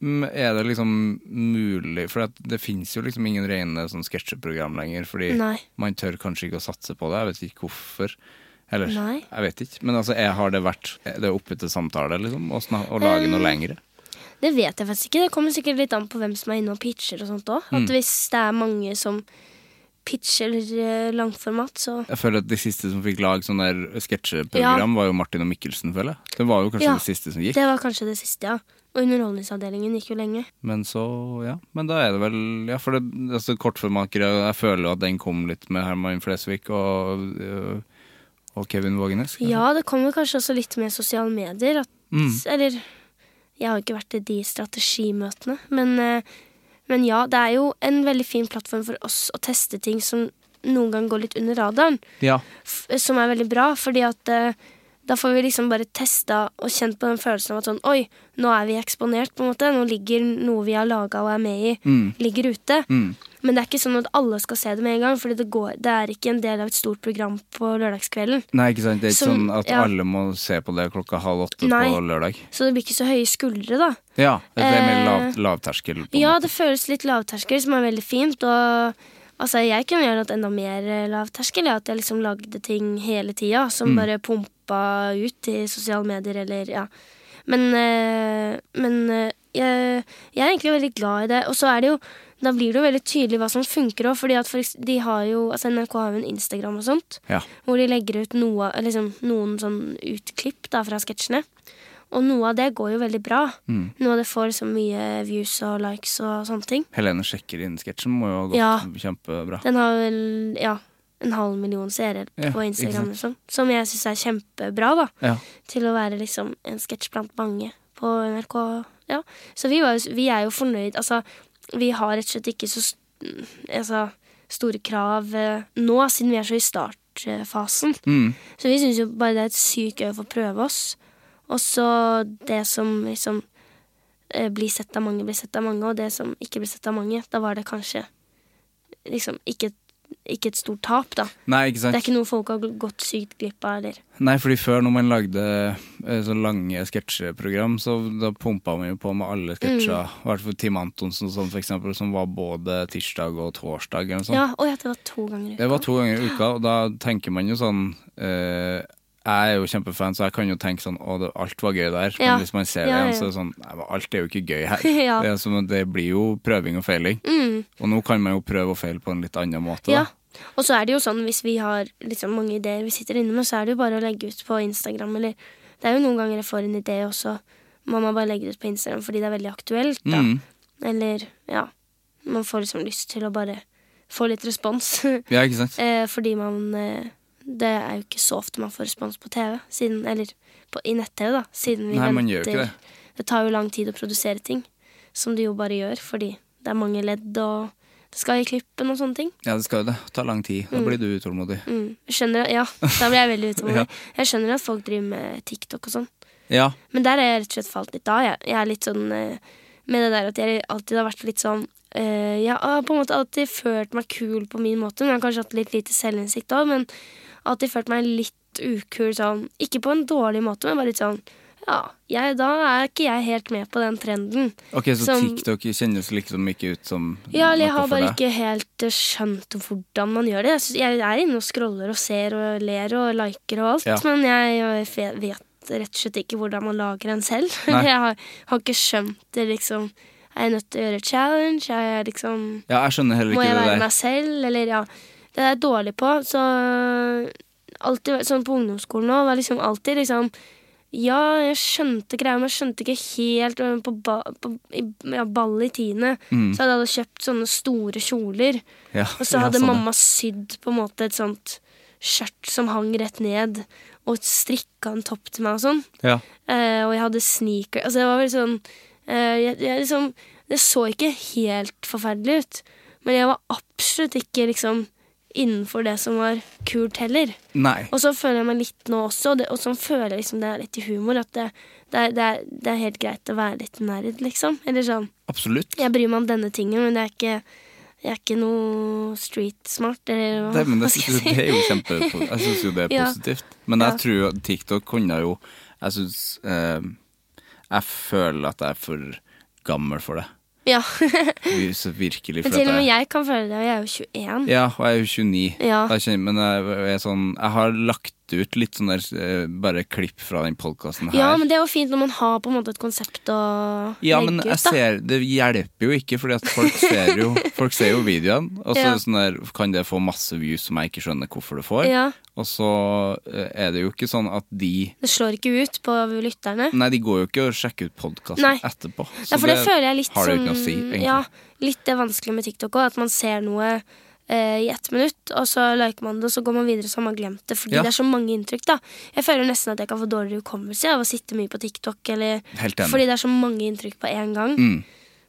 Mm, Er det liksom mulig For at det fins jo liksom ingen rene sånn sketsjeprogram lenger, fordi Nei. man tør kanskje ikke å satse på det. Jeg vet ikke hvorfor. Eller, Nei. jeg vet ikke. Men altså, jeg har det vært er Det er oppe til samtale, liksom, å, sna å Eh, lage noe lengre. Det vet jeg faktisk ikke. Det kommer sikkert litt an på hvem som er inne og pitcher og sånt òg. Mm. At hvis det er mange som pitcher eh, langformat, så Jeg føler at de siste som fikk lag sånn der sketsjeprogram, var jo Martin og Mikkelsen, føler jeg. Det var jo kanskje Ja. det siste som gikk. Det var kanskje det siste, ja. Og Underholdningsavdelingen gikk jo lenge. Men så, ja. Men da er det vel Ja, for det, altså, kortformakere Jeg føler jo at den kom litt med Herman Flesvig og, øh, og Kevin Vågenes. kanskje? Ja, det kommer kanskje også litt med sosiale medier. At, Mm. Eller jeg har jo ikke vært i de strategimøtene, men, eh, men ja, det er jo en veldig fin plattform for oss å teste ting som noen gang går litt under radaren. Ja. f- som er veldig bra, fordi at eh, da får vi liksom bare testa og kjent på den følelsen av at sånn Oi, nå er vi eksponert, på en måte. Nå ligger noe vi har laga og er med i, ligger ute. Men det er ikke sånn at alle skal se det med en gang, Fordi det, går, det er ikke en del av et stort program på lørdagskvelden. Nei, ikke sant. Det er ikke Som- sånn at ja. alle må se på det klokka halv åtte Nei. på lørdag. Så det blir ikke så høye skuldre, da. Ja. Det er mer Eh, lav, lavterskel. på en Ja, måte. det føles litt lavterskel, som er veldig fint. Og altså, jeg kunne gjerne hatt enda mer eh, lavterskel. ja, At jeg liksom lagde ting hele tida Mm. som bare pumpa ut i sosiale medier eller ja. Men, eh, men eh, jeg, jeg er egentlig veldig glad i det. Og så er det jo da blir det jo veldig tydelig hva som funker òg. For eks- de har jo, altså NRK har jo en Instagram og sånt, Ja. hvor de legger ut noe, liksom, noen sånn utklipp da, fra sketsjene. Og noe av det går jo veldig bra. Mm. Noe av det får liksom mye views og likes og sånne ting. Helene sjekker inn sketsjen må jo ha gått Ja. kjempebra. Den har vel ja, en halv million seere Ja, på Instagram, ikke liksom. Som jeg syns er kjempebra, da. Ja. Til å være liksom en sketsj blant mange på NRK. Ja. Så vi, var, jo s- vi er jo fornøyd. Altså, vi har rett og slett ikke så s- mm, altså, store krav eh, nå, siden vi er så i startfasen. Mm. Så vi syns jo bare det er et sykt gøy å få prøve oss. Og så det som liksom eh, blir sett av mange, blir sett av mange, og det som ikke blir sett av mange, da var det kanskje liksom ikke, ikke et stort tap, da. Nei, ikke Det sant? er ikke noe folk har gått sykt glipp av, eller Nei, fordi før når man lagde eh, så lange sketsjeprogram, så da pumpa man jo på med alle sketsja. Mm. I hvert fall Tim Antonsen sånn, for eksempel, som var både tirsdag og torsdag eller noe sånt. Ja, å ja, det var to ganger i uka. Det var to ganger i uka, og da tenker man jo sånn eh, Jeg er jo kjempefan, så jeg kan jo tenke sånn Å, det, alt var gøy der. Ja. Men hvis man ser det Ja, igjen, ja. så er det sånn Nei, men alt er jo ikke gøy her. *laughs* Ja. Mm. det, er som, det blir jo prøving og feiling. Og nå kan man jo prøve og feile på en litt annen måte. Ja. Da. Og så er det jo sånn, hvis vi har liksom mange ideer vi sitter inne med, så er det jo bare å legge ut på Instagram, eller Det er jo noen ganger jeg får en idé, og så må man bare legge det ut på Instagram fordi det er veldig aktuelt, da. Mm. Eller ja. Man får liksom lyst til å bare få litt respons. *laughs* Ja, ikke sant? eh, fordi man eh, Det er jo ikke så ofte man får respons på TV, siden, eller på, i nett-TV, da. Siden vi Nei, venter. man gjør jo ikke det. Det tar jo lang tid å produsere ting, som det jo bare gjør, fordi det er mange ledd, og det skal i klippen og sånne ting. Ja, det skal jo det. Ta lang tid. Da blir du utålmodig. Mm. Skjønner, at- ja, da blir jeg veldig utålmodig. Ja. Jeg skjønner at folk driver med TikTok og sånn, Ja. men der har jeg rett og slett falt litt av. Jeg, jeg er litt sånn eh, med det der at jeg alltid har vært litt sånn eh, Jeg har på en måte alltid følt meg kul på min måte, men jeg har kanskje hatt litt lite selvinnsikt òg, men alltid følt meg litt ukul sånn. Ikke på en dårlig måte, men bare litt sånn ja, jeg, da er ikke jeg helt med på den trenden. Ok, så Som- TikTok kjennes liksom ikke ut som Ja, eller noe Jeg har for bare deg. ikke helt eh, skjønt hvordan man gjør det. Jeg, synes, jeg er inne og scroller og ser og ler og liker og alt, Ja. men jeg eh, fe- vet rett og slett ikke hvordan man lager en selv. *laughs* Nei. jeg har, har ikke skjønt det, liksom. Er jeg nødt til å gjøre challenge? Er jeg liksom Ja, jeg skjønner heller Må ikke jeg være det der. meg selv? Eller ja. Det er jeg dårlig på. Så alltid, sånn på ungdomsskolen òg, var liksom alltid liksom ja, jeg skjønte greia, men jeg skjønte ikke helt øh, på, ba, på i, ja, ball i tiende. Så hadde alle kjøpt sånne store kjoler. Ja, Og Mm. så ja, hadde sånn, ja. mamma sydd på en måte et sånt skjørt som hang rett ned, og strikka en topp til meg og sånn. Ja. Eh, og jeg hadde sneaker Altså, det var vel sånn eh, jeg, jeg liksom, Det så ikke helt forferdelig ut, men jeg var absolutt ikke liksom innenfor det som var kult heller. Nei. Og så føler jeg meg litt nå også, og, det, og sånn føler jeg liksom det er litt i humor. At det, det, er, det, er, det er helt greit å være litt nerd, liksom. Eller sånn. Absolutt. Jeg bryr meg om denne tingen, men jeg er ikke, jeg er ikke noe street smart, eller hva, Det, men det, hva skal synes jeg si? jeg- det er jo *laughs* kjempe Jeg syns jo det er Ja. positivt. Men jeg Ja. tror jo at TikTok kunne jo Jeg syns eh, Jeg føler at jeg er for gammel for det. Ja. *laughs* Vi- så Virkelig. For Men til og at med jeg, jeg kan føle det, og jeg er jo 21. ja, og jeg er jo 29. Ja. Da kjenner- men jeg, er sånn, jeg har lagt ut litt sånn der eh, bare klipp fra den podkasten her. Ja, men det er jo fint når man har på en måte et konsept å Ja, legge men jeg ut, da. ser, det hjelper jo ikke, Fordi at folk ser *laughs* jo, folk ser jo videoen. Og så Ja. er det sånn der, kan det få masse views som jeg ikke skjønner hvorfor det får. Ja, Og så eh, er det jo ikke sånn at de det slår ikke ut på lytterne. Nei, de går jo ikke og sjekker ut podkasten Nei. etterpå. Ja, for det, føler jeg litt har det jo sånn ikke noe å si, egentlig. Ja, litt det vanskelig med TikTok òg, at man ser noe eh, i ett minutt, og så liker man det, og så går man videre så har man glemt det, fordi Ja. det er så mange inntrykk, da. Jeg føler nesten at jeg kan få dårligere hukommelse av å sitte mye på TikTok, eller Helt enig. Fordi det er så mange inntrykk på én gang. Mm.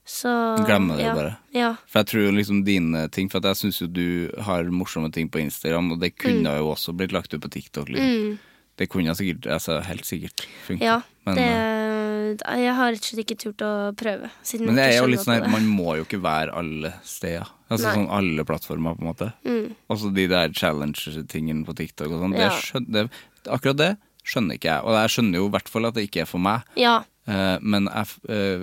Så Glemmer det ja. bare. Ja. For jeg tror jo liksom dine ting For at jeg syns jo du har morsomme ting på Instagram, og det kunne Mm. jo også blitt lagt ut på TikTok. Liksom. Det kunne sikkert, altså helt sikkert funket. ja men, det, eh, jeg har rett og slett ikke turt å prøve. Siden men det jeg er Mm, ikke jo skjønner litt sånn på her, man må jo ikke være alle steder. Altså Nei. Mm. sånn alle plattformer, på en måte. Også de der challenge-tingene på TikTok og sånn. det Ja. skjøn- Det, akkurat det skjønner ikke jeg. Og jeg skjønner jo i hvert fall at det ikke er for meg. ja. Eh, men jeg, f- eh,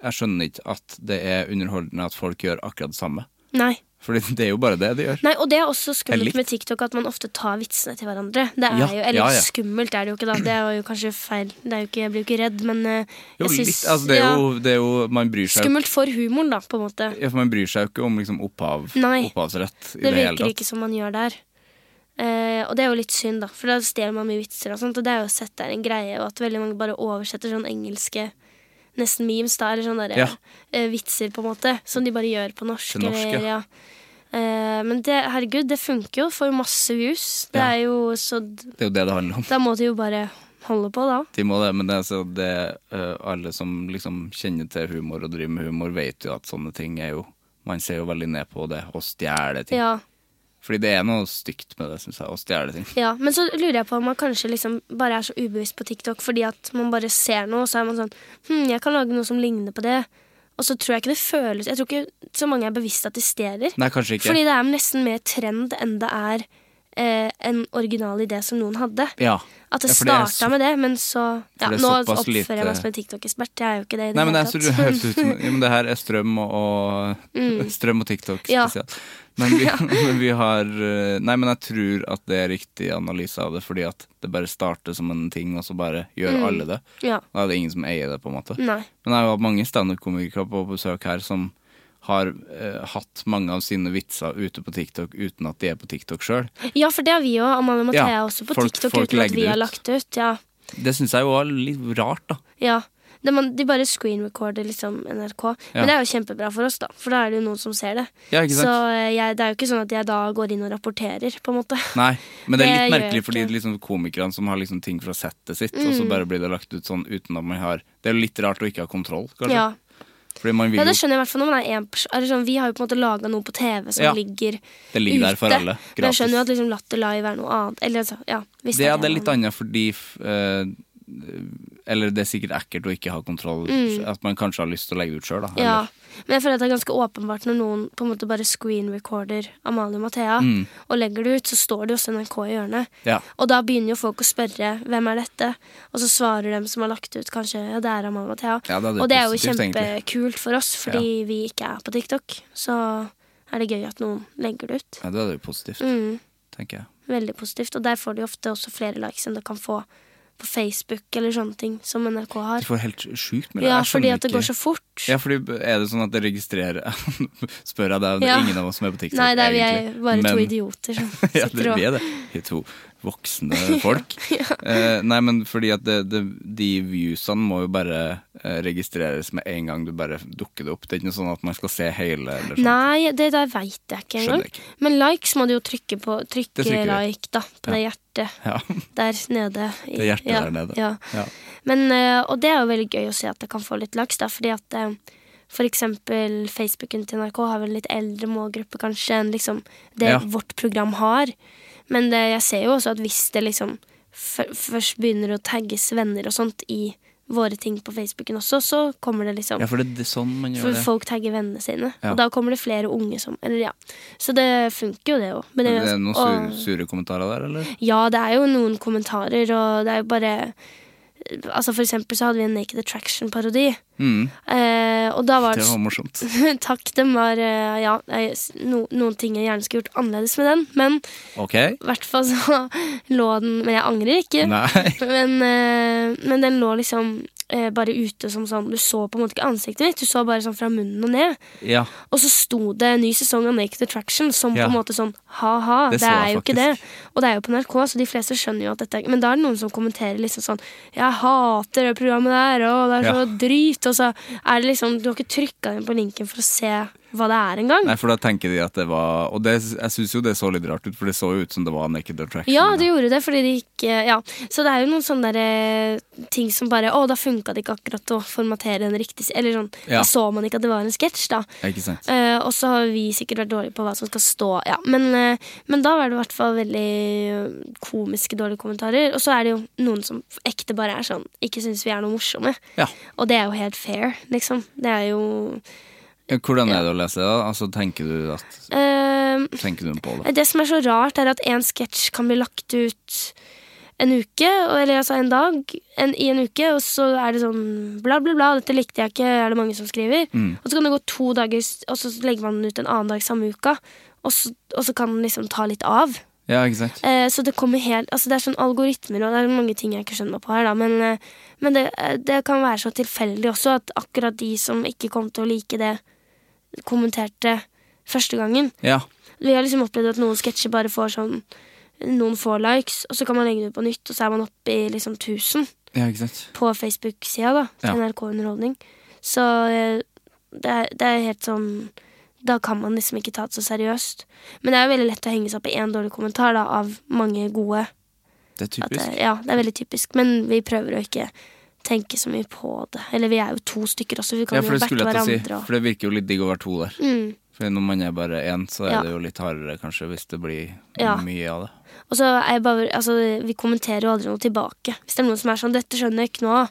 jeg skjønner ikke at det er underholdende at folk gjør akkurat det samme. Nei. For *laughs* det er jo bare det de gjør. Nei, og det er også Helt skummelt likt. med TikTok at man ofte tar vitsene til hverandre. Det er Ja, jo, eller ja, ja. skummelt er det jo ikke, da. Det er jo kanskje feil. Det er jo ikke, jeg blir jo ikke redd, men eh, Jo, jeg litt, syns altså, det, er ja, jo, det er jo Man bryr seg jo Skummelt for humoren, da, på en måte. ja, for Man bryr seg jo ikke om liksom, opphav, Nei. opphavsrett i Det det, hele virker tatt. ikke som man gjør der. Eh, og det er jo litt synd, da, for da stjeler man mye vitser. Og sånt Og det er jo sett der en greie, og at veldig mange bare oversetter sånn engelske Nesten memes, da, eller sånne der, Ja. eh, vitser, på en måte, som de bare gjør på norsk. Til norsk, eller- ja. Eh, men det, herregud, det funker jo. Får jo masse views. Det Ja. er jo så Det er jo det det handler om. Da må de jo bare holde på, da. De må det, men det, er så det eh, alle som liksom kjenner til humor og driver med humor, vet jo at sånne ting er jo Man ser jo veldig ned på det, å stjele ting. Ja, Fordi det er noe stygt med det, syns jeg, å stjele ting. ja. Men så lurer jeg på om man kanskje liksom bare er så ubevisst på TikTok fordi at man bare ser noe, og så er man sånn Hm, jeg kan lage noe som ligner på det. Og så tror jeg ikke det føles Jeg tror ikke så mange er bevisst at de stjeler. Nei, kanskje ikke. Fordi det er nesten mer trend enn det er eh, en original idé som noen hadde. Ja. At det Ja, for det er starta så- med det, men så ja, For det er Nå såpass oppfører lite- jeg meg som en TikTok-ekspert. Jeg er jo ikke det i det Nei, men det, er, hele så tatt. Mm. du høres ut som ja, men det her er strøm og, *laughs* og *laughs* Strøm og TikTok Ja. spesielt. Men *laughs* vi, *laughs* men vi har eh, Nei, men jeg tror at det er riktig analyse av det, fordi at det bare starter som en ting, og så bare gjør Mm. alle det. *laughs* Ja. Da er det ingen som eier det, på en måte. Nei. Men det er jo hatt mange standup-komikere på besøk her som har eh, hatt mange av sine vitser ute på TikTok uten at de er på TikTok sjøl. Ja, for det har vi jo. Amalie og Mathea Ja, også på folk- TikTok folk uten at legger vi det har ut. lagt det ut. Ja. Det syns jeg jo var litt rart, da. Ja. De, man, de bare screenrecorder liksom NRK. Men Ja. det er jo kjempebra for oss, da. For da er det jo noen som ser det. Ja, ikke sant? Så eh, jeg, det er jo ikke sånn at jeg da går inn og rapporterer, på en måte. Nei, men det er litt Det gjør merkelig fordi ikke. Mm. liksom komikerne som har liksom ting fra settet sitt, og så bare blir det lagt ut sånn uten at man har Det er jo litt rart å ikke ha kontroll, kanskje. Ja. Fordi man vil ja, jo det skjønner jeg i hvert fall når man er én person. Eller sånn, vi har jo på en måte laga noe på TV som Ja. ligger, Det ligger der for ute. alle. Men jeg gratis. skjønner jo at liksom Latter Live er noe annet. Eller altså, ja, hvis Det, ja, det det er noe litt annet fordi f- eh, Eller det er sikkert ekkelt å ikke ha kontroll. At man kanskje har lyst til å legge det ut sjøl, da. Mm. Ja. eller- Men jeg føler at det er ganske åpenbart når noen på en måte bare screenrecorder Amalie og Mathea Mm. og legger det ut, så står det jo også NRK i hjørnet. Ja. Og da begynner jo folk å spørre hvem er dette, og så svarer dem som har lagt ut kanskje ja, det er Amalie og Mathea. Ja, det er det og det er jo positivt, egentlig. kjempekult for oss, fordi vi ikke er på TikTok. Så er det gøy at noen legger det ut. ja, det er jo positivt, Mm. tenker jeg. Veldig positivt. Og der får de ofte også flere likes enn du kan få på Facebook eller sånne ting som NRK Du har. får helt sjukt med det. Ja, Jeg fordi skjønner at det ikke- går så fort. Ja, fordi er det sånn at det registrerer *laughs* Spør jeg deg, det er Ja. ingen av oss som er på TikTok, Nei, det er vi er egentlig. bare to Men- idioter som *laughs* ja, sitter det, og vi er sånn. det. Vi er to voksne *laughs* folk. Eh, nei, men fordi at det, det, de viewsene må jo bare eh, registreres med en gang du bare dukker det opp. Det er ikke noe sånn at man skal se hele eller sånn. Nei, det der veit jeg ikke Skjønner engang. jeg ikke. Men likes må du jo trykke på. Trykke Det trykker vi. like, da. På det hjertet Ja. der nede. i- Det er hjertet ja, der nede. Ja. *laughs* Ja. Men, eh, og det er jo veldig gøy å se at det kan få litt likes, da, fordi at eh, for eksempel Facebooken til NRK har vel en litt eldre målgruppe kanskje enn liksom det Ja. vårt program har. Men det, jeg ser jo også at hvis det liksom f først begynner å tagges venner og sånt i våre ting på Facebooken også, så kommer det liksom ja, for det, det er sånn man for gjør det. folk tagger vennene sine. Ja. Og da kommer det flere unge som eller ja. Så det funker jo, det òg. Det er noen sure, og- sure kommentarer der, eller? Ja, det er jo noen kommentarer, og det er jo bare Altså For eksempel så hadde vi en Naked Attraction-parodi. Mm, Eh, og da var det det var morsomt. *laughs* Takk, den var eh, Ja, eh, s- no, noen ting jeg gjerne skulle gjort annerledes med den, men Ok? i hvert fall så *laughs* lå den Men jeg angrer ikke. Nei. *laughs* Men, eh, men den lå liksom eh, bare ute som sånn Du så på en måte ikke ansiktet ditt, du så bare sånn fra munnen og ned. Ja. Og så sto det en ny sesong av Naked Attraction som Ja. på en måte sånn ha-ha, Det det, så jeg er jo ikke det. Og det er jo på NRK, så de fleste skjønner jo at dette er Men da er det noen som kommenterer liksom sånn Jeg hater det programmet der, og det er så Ja. drit. Og så er det liksom Du har ikke trykka inn på linken for å se hva det er *laughs* engang. Nei, for da tenker de at det var Og det, jeg syns jo det så litt rart ut, for det så jo ut som det var Naked Attraction. Ja, da. det gjorde det, fordi de ikke Ja. Så det er jo noen sånne der, eh, ting som bare Å, da funka det ikke akkurat å formatere den riktig Eller sånn, Ja. da så man ikke at det var en sketsj, da. Ja, Ikke sant? Eh, og så har vi sikkert vært dårlige på hva som skal stå. Ja, men, eh, men da var det i hvert fall veldig eh, komiske, dårlige kommentarer. Og så er det jo noen som ekte bare er sånn ikke syns vi er noe morsomme. Ja. Og det er jo helt fair, liksom. Det er jo Hvordan er det å lese det? da? Altså, tenker du, at, eh, tenker du på det? Det som er så rart, er at én sketsj kan bli lagt ut en uke, og- eller altså en dag en, i en uke, og så er det sånn bla, bla, bla, dette likte jeg ikke, er det mange som skriver. Og så kan det gå to dager, s- og så legger man den ut en annen dag samme uka. Og så, og så kan den liksom ta litt av. Ja, ikke sant? Eh, så det kommer helt Altså det er sånn algoritmer, og det er mange ting jeg ikke skjønner meg på her, da. Men, eh, men det, eh, det kan være så tilfeldig også at akkurat de som ikke kom til å like det, kommenterte første gangen. Ja. Vi har liksom opplevd at noen sketsjer bare får sånn noen få likes, og så kan man legge det ut på nytt, og så er man oppe i liksom 1000 ja, ikke sant? på Facebook-sida da, til Ja. NRK Underholdning. Så eh, det er, det er helt sånn Da kan man liksom ikke ta det så seriøst. Men det er jo veldig lett å henge seg opp i én dårlig kommentar da, av mange gode. Det er At det, typisk. ja, det er veldig typisk. Men vi prøver å ikke tenke så mye på det. Eller vi er jo to stykker også, vi kan Ja, for jo det backe skulle jeg til å si. hverandre. og- For det virker jo litt digg å være to der. Mm. For når man er bare én, så er Ja. det jo litt hardere kanskje hvis det blir Ja. mye av det. Og så er jeg bare, altså, vi kommenterer jo aldri noe tilbake. Hvis det er noen som er sånn 'Dette skjønner jeg ikke nå',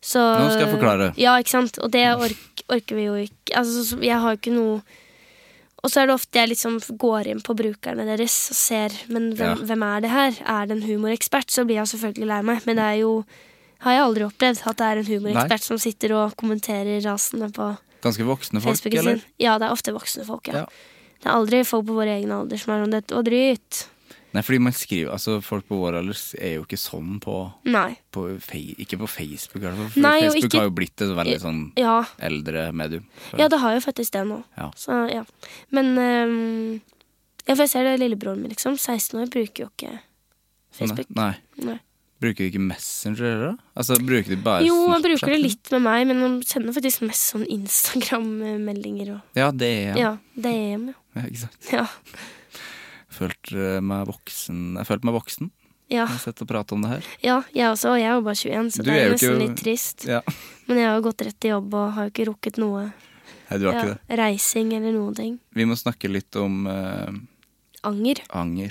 så Nå skal jeg forklare. Ja, ikke sant? Og det ork, orker vi jo ikke. Altså, så- jeg har jo ikke noe Og så er det ofte jeg liksom går inn på brukerne deres og ser Men hvem, Ja. hvem er det her? Er det en humorekspert? Så blir jeg selvfølgelig lei meg. Men det er jo har jeg aldri opplevd at det er en humorekspert som sitter og kommenterer rasene på Ganske voksne folk, Facebooken eller? sin. Ja, det er ofte voksne folk, ja. Ja. Det er aldri folk på vår egen alder som er sånn 'Dette var drygt'. Nei, fordi man skriver Altså, folk på vår alder er jo ikke sånn på, Nei. på fei, Ikke på Facebook, i hvert fall. For Nei, og Facebook ikke- har jo blitt et veldig sånn Ja. eldre medium. Ja, det har jo faktisk det nå. Ja. Så, ja. Men ehm, ja, for jeg ser det lillebroren min, liksom. 16 år bruker jo ikke Facebook. Sånn, Nei. Nei. Bruker de ikke Messenger, eller? Altså, bruker de bare Jo, han Snapchat? bruker det litt med meg, men han sender faktisk mest sånn Instagram-meldinger og Ja, det er jeg. Ja, det er hjem, Ja, ja. ikke sant? Ja. Følte eh, meg voksen Jeg følte meg voksen Ja, når jeg sitter og prater om det her. ja, jeg også, og jeg er jo bare 21, så Du det er er jo jo nesten ikke- litt trist. Ja. Men jeg har jo gått rett til jobb og har jo ikke rukket noe. Nei, du har ikke Ja, det. reising eller noen ting. Vi må snakke litt om eh, Anger. anger.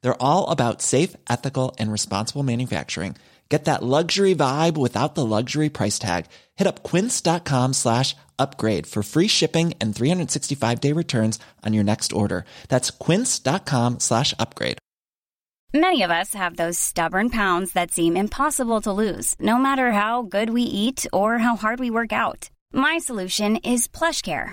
They're all about safe, ethical, and responsible manufacturing. Get that luxury vibe without the luxury price tag. Hit up quince.com slash upgrade for free shipping and 365 day returns on your next order. That's quince.com slash upgrade. Many of us have those stubborn pounds that seem impossible to lose, no matter how good we eat or how hard we work out. My solution is PlushCare.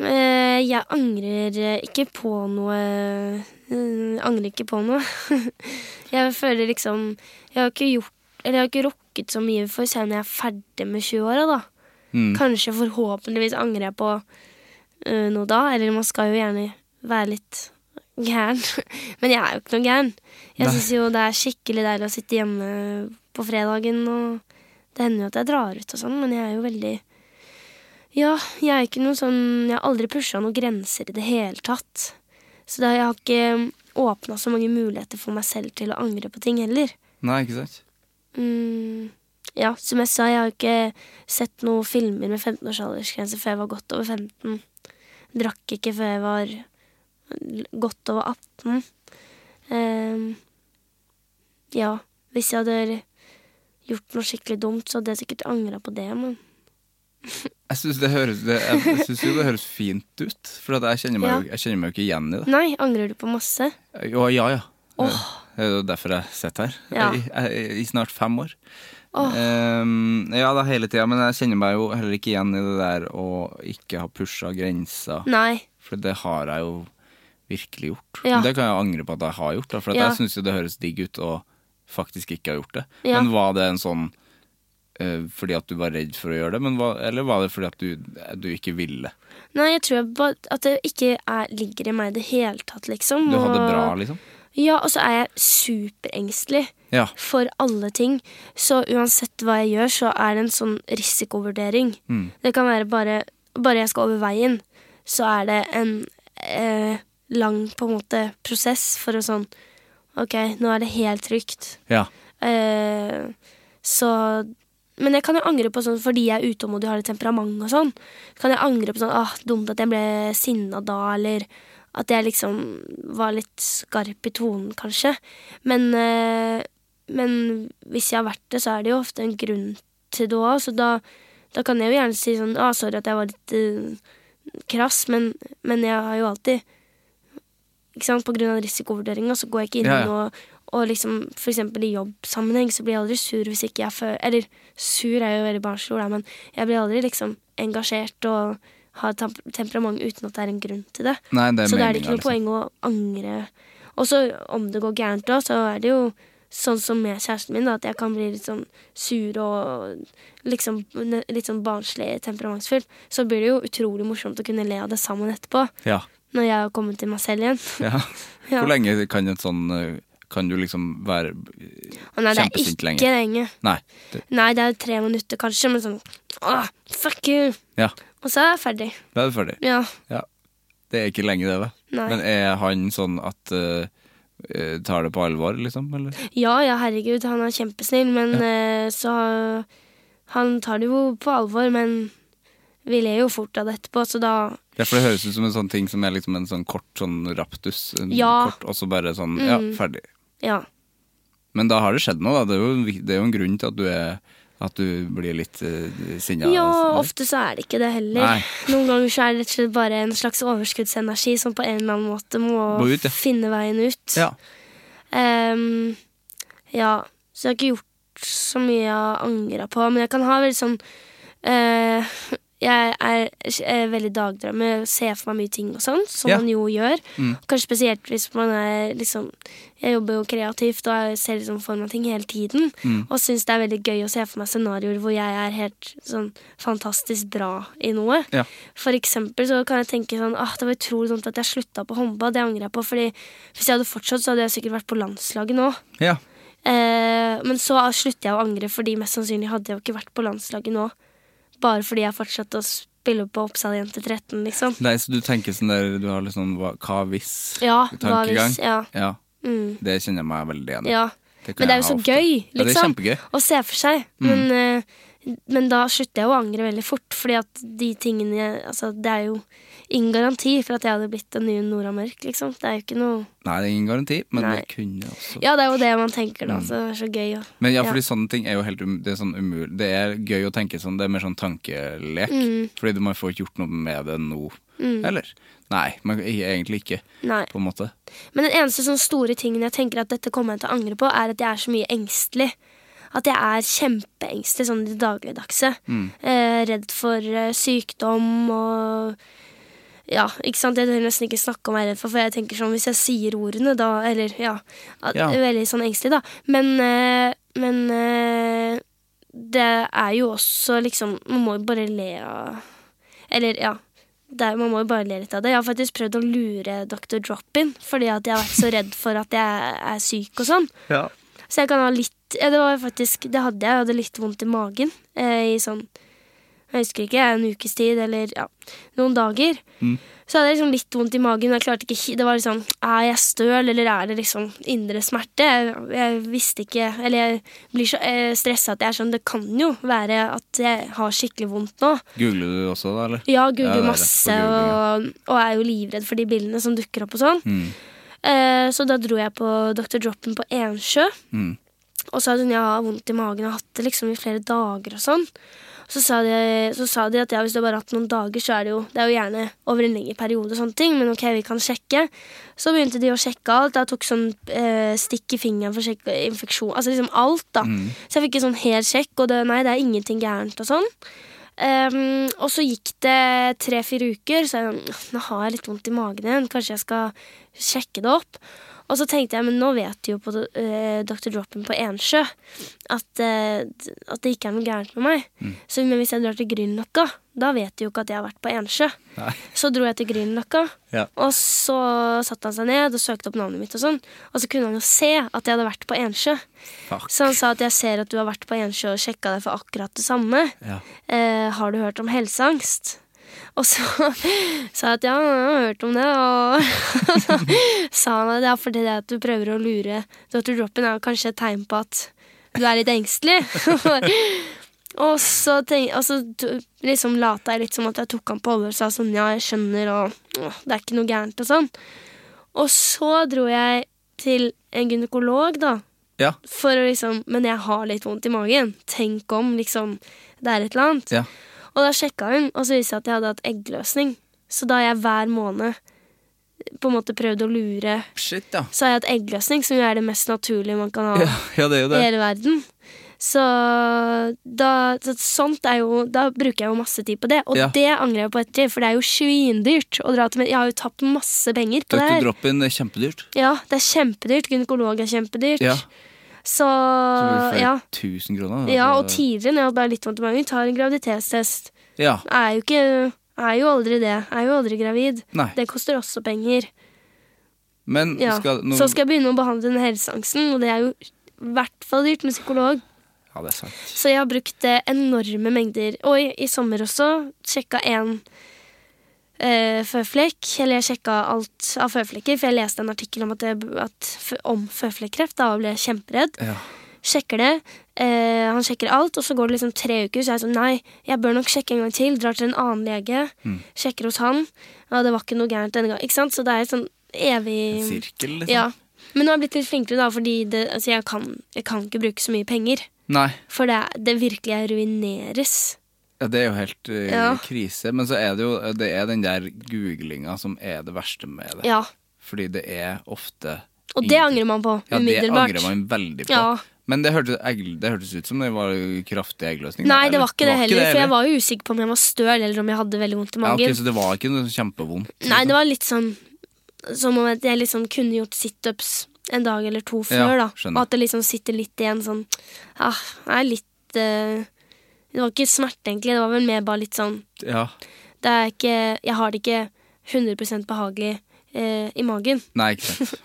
Eh, Jeg angrer eh, ikke på noe eh, Angrer ikke på noe. *laughs* jeg føler liksom Jeg har ikke gjort Eller jeg har ikke rukket så mye for seg når jeg er ferdig med 20-åra, da. Mm. Kanskje forhåpentligvis angrer jeg på eh, noe da. Eller man skal jo gjerne være litt gæren. *laughs* Men jeg er jo ikke noe gæren. Jeg Nei. syns jo det er skikkelig deilig å sitte hjemme på fredagen, og det hender jo at jeg drar ut og sånn, men jeg er jo veldig ja, jeg er ikke noe sånn Jeg har aldri pusha noen grenser i det hele tatt. Så da jeg har ikke åpna så mange muligheter for meg selv til å angre på ting heller. Nei, ikke sant? Mm, ja, som jeg sa, jeg har ikke sett noen filmer med 15-års aldersgrense før jeg var godt over 15. Drakk ikke før jeg var l- godt over 18. Ehm, ja, hvis jeg hadde gjort noe skikkelig dumt, så hadde jeg sikkert angra på det, men Jeg syns det, høres- det, jeg- jeg synes jo det høres fint ut, for at jeg, kjenner meg, jo- Ja. jeg kjenner meg jo ikke igjen i det. Nei, angrer du på masse? Å, ja, ja. Det er jo derfor jeg sitter her Ja. I, jeg- i snart fem år. Åh. Ehm, ja, da hele tida, men jeg kjenner meg jo heller ikke igjen i det der å ikke ha pusha grensa. Nei. For det har jeg jo virkelig gjort. Ja. Men det kan jeg angre på at jeg har gjort, da, for at Ja. jeg syns jo det høres digg ut å faktisk ikke ha gjort det. Ja. Men var det en sånn eh, fordi at du var redd for å gjøre det, men hva, eller var det fordi at du, du ikke ville? Nei, jeg tror jeg bare at det ikke er, ligger i meg i det hele tatt, liksom. Du hadde og- det bra, liksom? Ja, og så er jeg superengstelig Ja. for alle ting. Så uansett hva jeg gjør, så er det en sånn risikovurdering. Mm. Det kan være bare Bare jeg skal over veien, så er det en eh, lang på en måte prosess for å sånn OK, nå er det helt trygt. Ja. Eh, så Men jeg kan jo angre på sånn fordi jeg er utålmodig og har et temperament og sånn. Kan jeg angre på sånn ah, dumt at jeg ble sinna da, eller at jeg liksom var litt skarp i tonen, kanskje. Men, eh, men hvis jeg har vært det, så er det jo ofte en grunn til det òg. Så da, da kan jeg jo gjerne si sånn ah, sorry at jeg var litt eh, krass, men, men jeg har jo alltid ikke sant, På grunn av risikovurderinga så går jeg ikke inn Ja, ja. og og liksom, for eksempel i jobbsammenheng så blir jeg aldri sur hvis ikke jeg føler Eller sur er jo veldig barnslig ord, da, men jeg blir aldri liksom engasjert og har tam- temperament uten at det er en grunn til det. Nei, Mm, det er så da er meningen, det ikke noe liksom. poeng å angre. Og så om det går gærent da, så er det jo sånn som med kjæresten min, da, at jeg kan bli litt sånn sur og liksom, ne- litt sånn barnslig temperamentsfull. Så blir det jo utrolig morsomt å kunne le av det sammen etterpå, Ja. når jeg har kommet til meg selv igjen. ja. *laughs* Ja. Hvor lenge kan et sånn eh, Kan du liksom være Og nei, det er Kjempesint ikke lenge. lenge. Nei. Det, Nei, det er tre minutter kanskje, men sånn Åh, fuck you! ja, Og så er jeg ferdig. da er du ferdig. Ja. Ja. Det er ikke lenge, det, da. Nei. Men er han sånn at eh, eh, Tar det på alvor, liksom? Eller? ja, ja, herregud, han er kjempesnill, men eh, så Han tar det jo på alvor, men vi ler jo fort av det etterpå, så da Ja, for det høres ut som en sånn ting som er liksom en sånn kort sånn raptus. En Ja. Mm. Kort, og så bare sånn, ja, ferdig. Ja. Men da har det skjedd noe, da. Det er jo, en vi- det er jo en grunn til at du, er, at du blir litt uh, sinna. Ja, Sånn. ofte så er det ikke det heller. Nei. Noen ganger så er det rett og slett bare en slags overskuddsenergi som på en eller annen måte må, Må ut, ja. finne veien ut. Ja. Ehm, ja, så jeg har ikke gjort så mye jeg har angra på. Men jeg kan ha veldig sånn eh, *laughs* Jeg er, eh, veldig dagdrømmer, ser for meg mye ting og sånn, som Ja. Mm. man jo gjør. Kanskje spesielt hvis man er liksom Jeg jobber jo kreativt og jeg ser liksom for meg ting hele tiden. Mm. Og syns det er veldig gøy å se for meg scenarioer hvor jeg er helt sånn fantastisk bra i noe. Ja. For eksempel så kan jeg tenke sånn ah, Det var utrolig dumt at jeg slutta på håndball. Det angrer jeg på. Fordi Hvis jeg hadde fortsatt, så hadde jeg sikkert vært på landslaget nå. ja. Eh, men så slutter jeg å angre, fordi mest sannsynlig hadde jeg jo ikke vært på landslaget nå. Bare fordi jeg fortsatte å spille på Oppsal jenter 13, liksom. Nei, så du tenker sånn der Du har litt sånn hva, hva hvis? Ja, hva tankegang. hvis Ja. Ja. Mm, Det kjenner jeg meg veldig igjen i. ja. Det kan Men det er jeg jo ha så ofte. gøy, Ja, det er liksom. kjempegøy. Mm. å se for seg. Men, eh, men da slutter jeg jo å angre veldig fort, fordi at de tingene jeg- altså, Det er jo ingen garanti for at jeg hadde blitt den nye Nora Mørk, liksom. Det er jo ikke noe Nei, det er ingen garanti, men Nei. det kunne også Ja, det er jo det man tenker Mm. da, så det er så gøy. å- Men ja, fordi ja. sånne ting er jo helt um, det er sånn umulig. Det er gøy å tenke sånn, det er mer sånn tankelek. Mm. Fordi du- man får ikke gjort noe med det nå. Eller? Nei, man, egentlig ikke, Nei. på en måte. Men den eneste sånn store tingen jeg tenker at dette kommer jeg til å angre på, er at jeg er så mye engstelig. At jeg er kjempeengstelig sånn i det dagligdagse. Eh, redd for eh, sykdom og ja, ikke sant? Jeg tør nesten ikke snakke om hva jeg er redd for, for jeg tenker sånn hvis jeg sier ordene, da Eller ja. At, Ja. Veldig sånn engstelig, da. Men, eh, men eh, det er jo også liksom Man må jo bare le av Eller ja. Det er, man må jo bare le litt av det. Jeg har faktisk prøvd å lure Dr. Drop-in, fordi at jeg har vært så redd for at jeg er syk og sånn. Ja. Så jeg kan ha litt ja, Det var faktisk, det hadde jeg. Jeg hadde litt vondt i magen eh, i sånn Jeg husker ikke, en ukes tid eller ja, noen dager. Så hadde jeg liksom litt vondt i magen. og Jeg klarte ikke, hi- Det var liksom Er jeg støl, eller er det liksom indre smerte? Jeg, jeg visste ikke Eller jeg blir så eh, stressa at jeg er sånn Det kan jo være at jeg har skikkelig vondt nå. Googler du også da, eller? Ja, googler Ja, det er det. masse På og, googling, og er jo livredd for de bildene som dukker opp og sånn. Mm. Eh, så da dro jeg på Dr. Droppen på Ensjø. Mm. Og sa at hun jeg har vondt i magen og har hatt det liksom i flere dager og sånn. Så sa, de, så sa de at ja, hvis du bare har hatt noen dager, så er det jo, det er jo gjerne over en lengre periode. og sånne ting, Men ok, vi kan sjekke. Så begynte de å sjekke alt. Jeg tok sånn eh, stikk i fingeren for å sjekke Mm. infeksjon. Altså liksom alt, da. Så jeg fikk en sånn hel sjekk, og det, nei, det er ingenting gærent og sånn. Ehm, og så gikk det tre-fire uker, så jeg sånn, nå har jeg litt vondt i magen igjen. Kanskje jeg skal sjekke det opp. Og så tenkte jeg, men nå vet de jo på eh, Dr. Droppen på Ensjø at, eh, d- at det ikke er noe gærent med meg. Mm. Så men hvis jeg drar til Grünerløkka, da vet de jo ikke at jeg har vært på Ensjø. Så dro jeg til Grünerløkka, Ja. og så satte han seg ned og søkte opp navnet mitt og sånn. Og så kunne han jo se at jeg hadde vært på Ensjø. Fuck. Så han sa at jeg ser at du har vært på Ensjø og sjekka deg for akkurat det samme. Ja. Eh, har du hørt om helseangst? Og så *laughs* sa jeg at ja, jeg har hørt om det. Og *laughs* så sa han at ja, for det at du prøver å lure Dr. Droppen, er jo kanskje et tegn på at du er litt engstelig. *laughs* og så, tenk, og så t- liksom lata jeg litt som at jeg tok han på alvor og sa sånn ja, jeg skjønner, og åh, det er ikke noe gærent og sånn. Og så dro jeg til en gynekolog, da, Ja. for å liksom Men jeg har litt vondt i magen. Tenk om liksom det er et eller annet. Ja. Og da sjekka hun, og så viste det seg at jeg hadde hatt eggløsning. Så da har jeg hver måned på en måte prøvd å lure. Shit, ja. Så har jeg hatt eggløsning, som jo er det mest naturlige man kan ha ja. Ja, det er jo i det. hele verden. Så da, så sånt er jo, da bruker jeg jo masse tid på det, og Ja. det angrer jeg på etter, for det er jo svindyrt å dra til Jeg har jo tapt masse penger på det Dr. her. Drop-in er kjempedyrt. Ja, det er kjempedyrt. Gynekolog er kjempedyrt. Ja. Så Så, blir det ja. flere 1000 kroner. da. ja. Og Altså, tidligere, når jeg hadde bare litt vondt i magen, tar en graviditetstest. Ja. Er jo ikke Er jo aldri det. Er jo aldri gravid. Nei. Det koster også penger. Men Ja. skal nå- Så skal jeg begynne å behandle den helseangsten, og det er jo i hvert fall dyrt med psykolog. Ja, det er sant. Så jeg har brukt eh, enorme mengder. Og i, i sommer også sjekka én eh, føflekk. Eller jeg sjekka alt av føflekker, for jeg leste en artikkel om, at det, at, f- om føflekkreft. Da ble jeg kjemperedd. Ja. Sjekker det. Eh, han sjekker alt, og så går det liksom tre uker. Så jeg er sånn nei, jeg bør nok sjekke en gang til. Drar til en annen lege. Mm. Sjekker hos han. Ja, det var ikke noe gærent denne gangen. Ikke sant? Så det er et sånn evig En sirkel, liksom. Ja. Men nå har jeg blitt litt flinkere, da, fordi det, altså, jeg, kan, jeg kan ikke bruke så mye penger. Nei. For det, det virkelig er ruineres. Ja, det er jo helt eh, Ja. krise. Men så er det jo det er den der googlinga som er det verste med det. Ja. Fordi det er ofte Og det angrer man på Ja, det umiddelbart. angrer man veldig på. Ja. Men det hørtes, egg- det hørtes ut som det var kraftig eggløsning. da, Nei, det eller? var ikke det heller, for jeg heller? var jo usikker på om jeg var støl eller om jeg hadde veldig vondt i Ja, magen. ok, så det var ikke noe kjempevondt? Nei, det var litt sånn som om at jeg liksom kunne gjort situps en dag eller to før, Ja, da. skjønner. Og at det liksom sitter litt igjen sånn ah, Det er litt eh, Det var ikke smerte, egentlig. Det var vel mer bare litt sånn Ja. det er ikke, Jeg har det ikke 100 behagelig eh, i *laughs* magen. *laughs* Nei, ikke sant.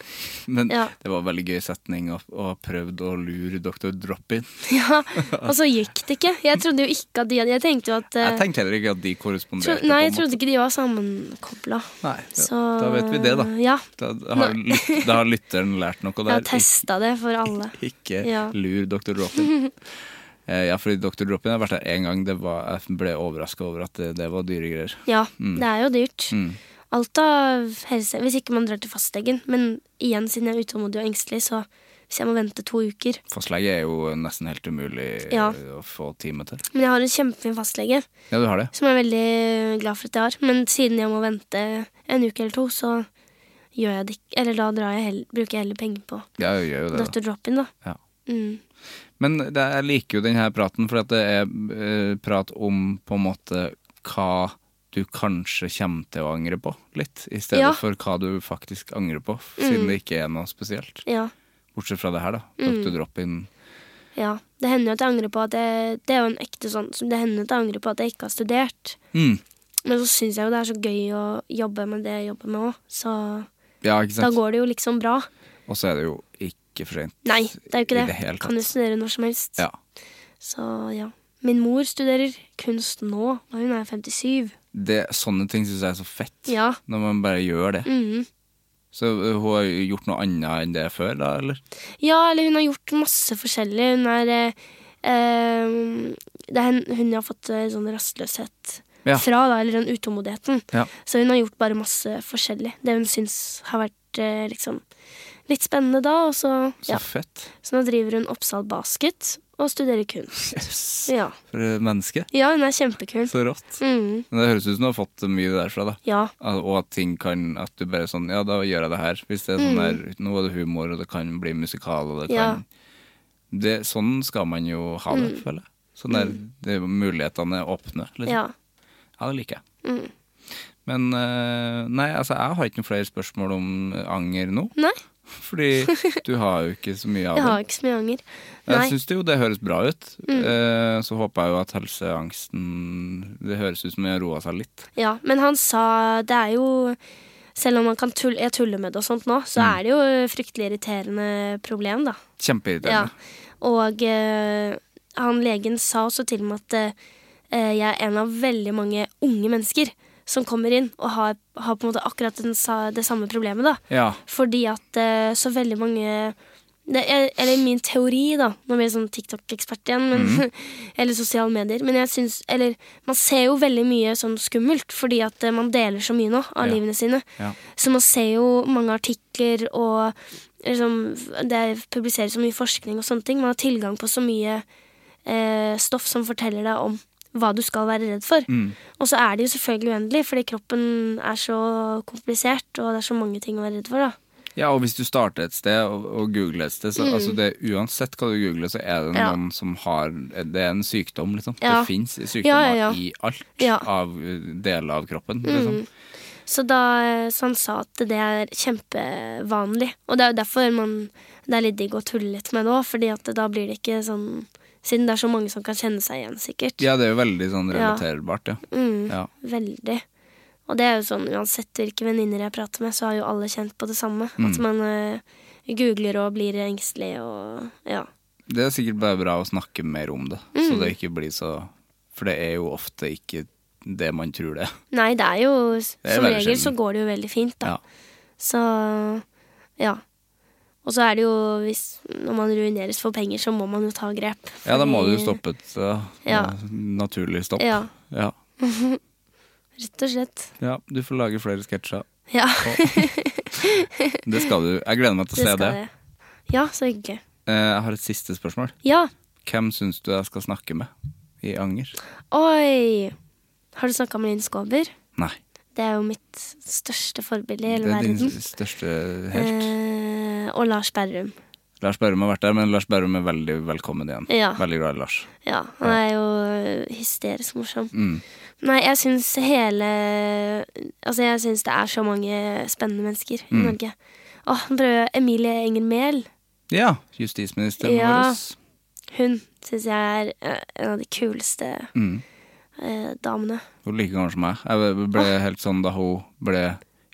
Men Ja. det *laughs* var en veldig gøy setning å å ha prøvd å lure Dr. Drop-in. Ja, Og så gikk det ikke. Jeg trodde jo ikke at de hadde Jeg tenkte jo at eh, Jeg tenkte heller ikke at de Tro, korresponderte. nei, jeg på en måte. trodde ikke de var sammenkobla. Nei, ja, Så Da vet vi det, da. Ja. Da har, lyt, da har lytteren lært noe Jeg har der. testa det for alle. Ikke Ja. lur Dr. *laughs* Drop-in. Eh, Ja, fordi Dr. Drop-in har vært der én gang. Det var, jeg ble overraska over at det, det var dyre greier. Ja, Mm. det er jo dyrt. Alt av helse Hvis ikke man drar til fastlegen. Men igjen, siden jeg er utålmodig og engstelig, så hvis jeg må vente to uker Fastlege er jo nesten helt umulig eh, Ja. å få time til. Men jeg har en kjempefin fastlege Ja, du har det. som jeg er veldig glad for at jeg har. Men siden jeg må vente en uke eller to, så gjør jeg det ikke. Eller da drar jeg heller, bruker jeg heller penger på Ja, jeg gjør jo det. Da. Dr. Drop-in, da. Ja. Mm. Men det, jeg liker jo denne praten, for at det er eh, prat om på en måte hva du kanskje kommer til å angre på, litt. I stedet Ja. Mm. for hva du faktisk angrer på, siden det ikke er noe spesielt. Ja. Bortsett fra det her, da. Mm. Dr. Drop-in. Ja, det hender jo at jeg angrer på at jeg, Det er jo en ekte sånn som det hender at jeg angrer på at jeg ikke har studert. Mm. Men så syns jeg jo det er så gøy å jobbe med det jeg jobber med òg, så Ja, ikke da sant. går det jo liksom bra. Og så er det jo ikke for sent. Nei, det er jo ikke I det. det hele kan jo tatt. studere når som helst. Ja. Så ja. Min mor studerer kunst nå, og hun er 57. Det, sånne ting syns jeg er så fett. Ja. Når man bare gjør det. Mhm. Så eh, hun har gjort noe annet enn det før, da, eller? Ja, eller hun har gjort masse forskjellig. Hun er eh, eh, Det er hen- hun jeg har fått eh, sånn rastløshet Ja. fra, da, eller den utålmodigheten. Ja. Så hun har gjort bare masse forskjellig. Det hun syns har vært eh, liksom litt spennende da, og så Så ja. fett. Så nå driver hun Oppsal Basket og studerer kunst. Yes. Ja, For et menneske. ja hun er kjempekul. Så rått. Mm, Men det høres ut som du har fått mye derfra, da. ja. Al- Og at ting kan At du bare sånn Ja, da gjør jeg det her. Hvis det er sånn der Nå er det humor, og det kan bli musikal, og det Mm. Ja. Mm. kan det, Sånn skal man jo ha det, føler jeg. Sånn der det er jo mulighetene er åpne. Liksom. Ja. Mm. Ja, det liker jeg. Men eh, nei, altså jeg har ikke noen flere spørsmål om anger nå. *laughs* Nei, Fordi du har jo ikke så mye av jeg det. har ikke så mye anger. Nei. Mm. Jeg syns jo det høres bra ut. Eh, så håper jeg jo at helseangsten Det høres ut som den har roa seg litt. Ja, men han sa Det er jo Selv om man kan tulle, jeg tuller med det og sånt nå, så Mm. er det jo fryktelig irriterende problem, da. Ja. Kjempeirriterende. Og eh, han legen sa også til meg at eh, jeg er en av veldig mange unge mennesker som kommer inn og har, har på en måte akkurat den, sa- det samme problemet. da. Ja. Fordi at eh, så veldig mange det er, Eller min teori, da. Nå blir jeg sånn TikTok-ekspert igjen. Men, *laughs* eller sosiale medier. Men jeg syns Eller man ser jo veldig mye sånn skummelt, fordi at eh, man deler så mye nå Ja. av livene sine. Ja. Så man ser jo mange artikler, og liksom, det publiseres så mye forskning og sånne ting. Man har tilgang på så mye eh, stoff som forteller deg om hva du skal være redd for. Og så er det jo selvfølgelig uendelig, fordi kroppen er så komplisert, og det er så mange ting å være redd for. da. ja, og hvis du starter et sted og, og googler et sted, så altså det, uansett hva du googler, så er det Mm. Ja. noen som har Det er en sykdom, liksom. Ja. Det fins sykdommer Ja, ja, ja. i alt Ja. Mm. av eh, deler av kroppen. Liksom. Så, da, eh, så han sa at det er kjempevanlig. Og det er jo derfor man, det er litt digg å tulle litt med det òg, fordi at da blir det ikke sånn Siden det er så mange som kan kjenne seg igjen, sikkert. Ja, det er jo veldig sånn Ja. relaterbart, ja. Mm, ja. Veldig. Og det er jo sånn, uansett hvilke venninner jeg prater med, så har jo alle kjent på det samme. Mm. At man eh, googler og blir engstelig og ja. Det er sikkert bare bra å snakke mer om det, Mm. så det ikke blir så For det er jo ofte ikke det man tror det er. Nei, det er jo Det er Som veldig regel så sjelden. går det jo veldig fint, da. Ja. Så ja. Og så er det jo hvis Når man ruineres for penger, så må man jo ta grep. Ja, da må du Fordi- jo stoppe et uh, Ja. naturlig stopp. Ja. Ja. Rett og slett. Ja, du får lage flere sketsjer. Ja, *laughs* Det skal du. Jeg gleder meg til å det se det. skal jeg. Ja, så hyggelig. Eh, Jeg har et siste spørsmål. Ja. Hvem syns du jeg skal snakke med i Anger? Oi! Har du snakka med Linn Skåber? Nei. Det er jo mitt største forbilde Det i hele er din verden. største helt. Eh, og Lars Berrum. Lars Berrum har vært der, men Lars Berrum er veldig velkommen igjen. Ja. Veldig glad i Lars. Ja, han er jo hysterisk morsom. Mm. Nei, jeg syns hele Altså, jeg syns det er så mange spennende mennesker Mm. i Norge. Åh, nå prøver jeg Emilie Enger Mehl. Ja, justisministeren Ja. vår. Hun syns jeg er eh, en av de kuleste Mm. eh, damene. Hun er like gammel som meg. Jeg ble helt sånn da hun ble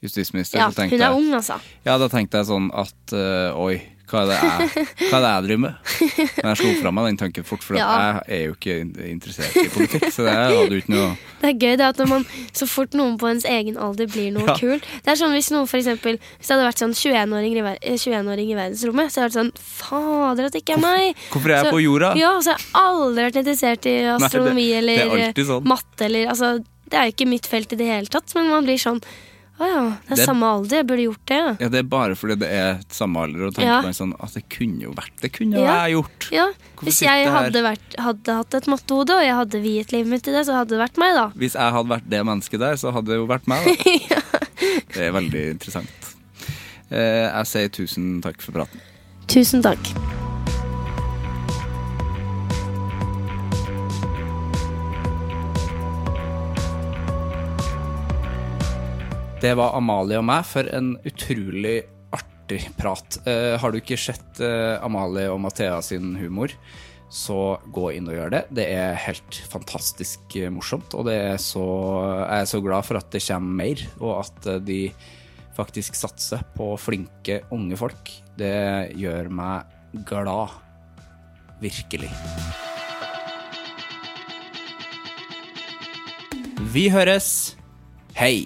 justisminister. Ah. Ja, så hun tenkte er jeg- ung, altså. Ja, da tenkte jeg sånn at eh, oi, hva er det jeg, hva er det jeg driver med? Men jeg slo fra meg den tanken fort, for at *laughs* Ja. jeg er jo ikke in- interessert i politikk. Så det hadde jo ikke noe Det er gøy det at når man, så fort noen på ens egen alder blir noe Ja. kul Det er sånn Hvis noen for eksempel, hvis det hadde vært sånn 21-åring i, ver eh, 21-åring i verdensrommet, så hadde det vært sånn Fader, at det ikke er meg! Hvorfor er jeg Så- på jorda? Ja, så har jeg aldri vært interessert i astronomi det er eller alltid sånn. matte eller altså, Det er jo ikke mitt felt i det hele tatt, men man blir sånn Å ja, det er Det- samme alder, jeg burde gjort det. Ja. Ja, det er bare fordi det er samme alder, og tenker Ja. meg sånn at det kunne jo vært Det kunne jo Ja. jeg gjort. Ja, Hvorfor Hvis sitter jeg jeg her? hadde, vært, hadde hatt et mattehode, og jeg hadde viet livet mitt til det, så hadde det vært meg, da. Hvis jeg hadde vært det mennesket der, så hadde det jo vært *laughs* meg. Da. Det er veldig interessant. Eh, Jeg sier tusen takk for praten. Tusen takk. Det var Amalie og meg for en utrolig artig prat. Eh, har du ikke sett eh, Amalie og Mathea sin humor, så gå inn og gjør det. Det er helt fantastisk eh, morsomt, og det er så, jeg er så glad for at det kommer mer, og at eh, de faktisk satser på flinke unge folk. Det gjør meg glad. Virkelig. Vi høres. Hei!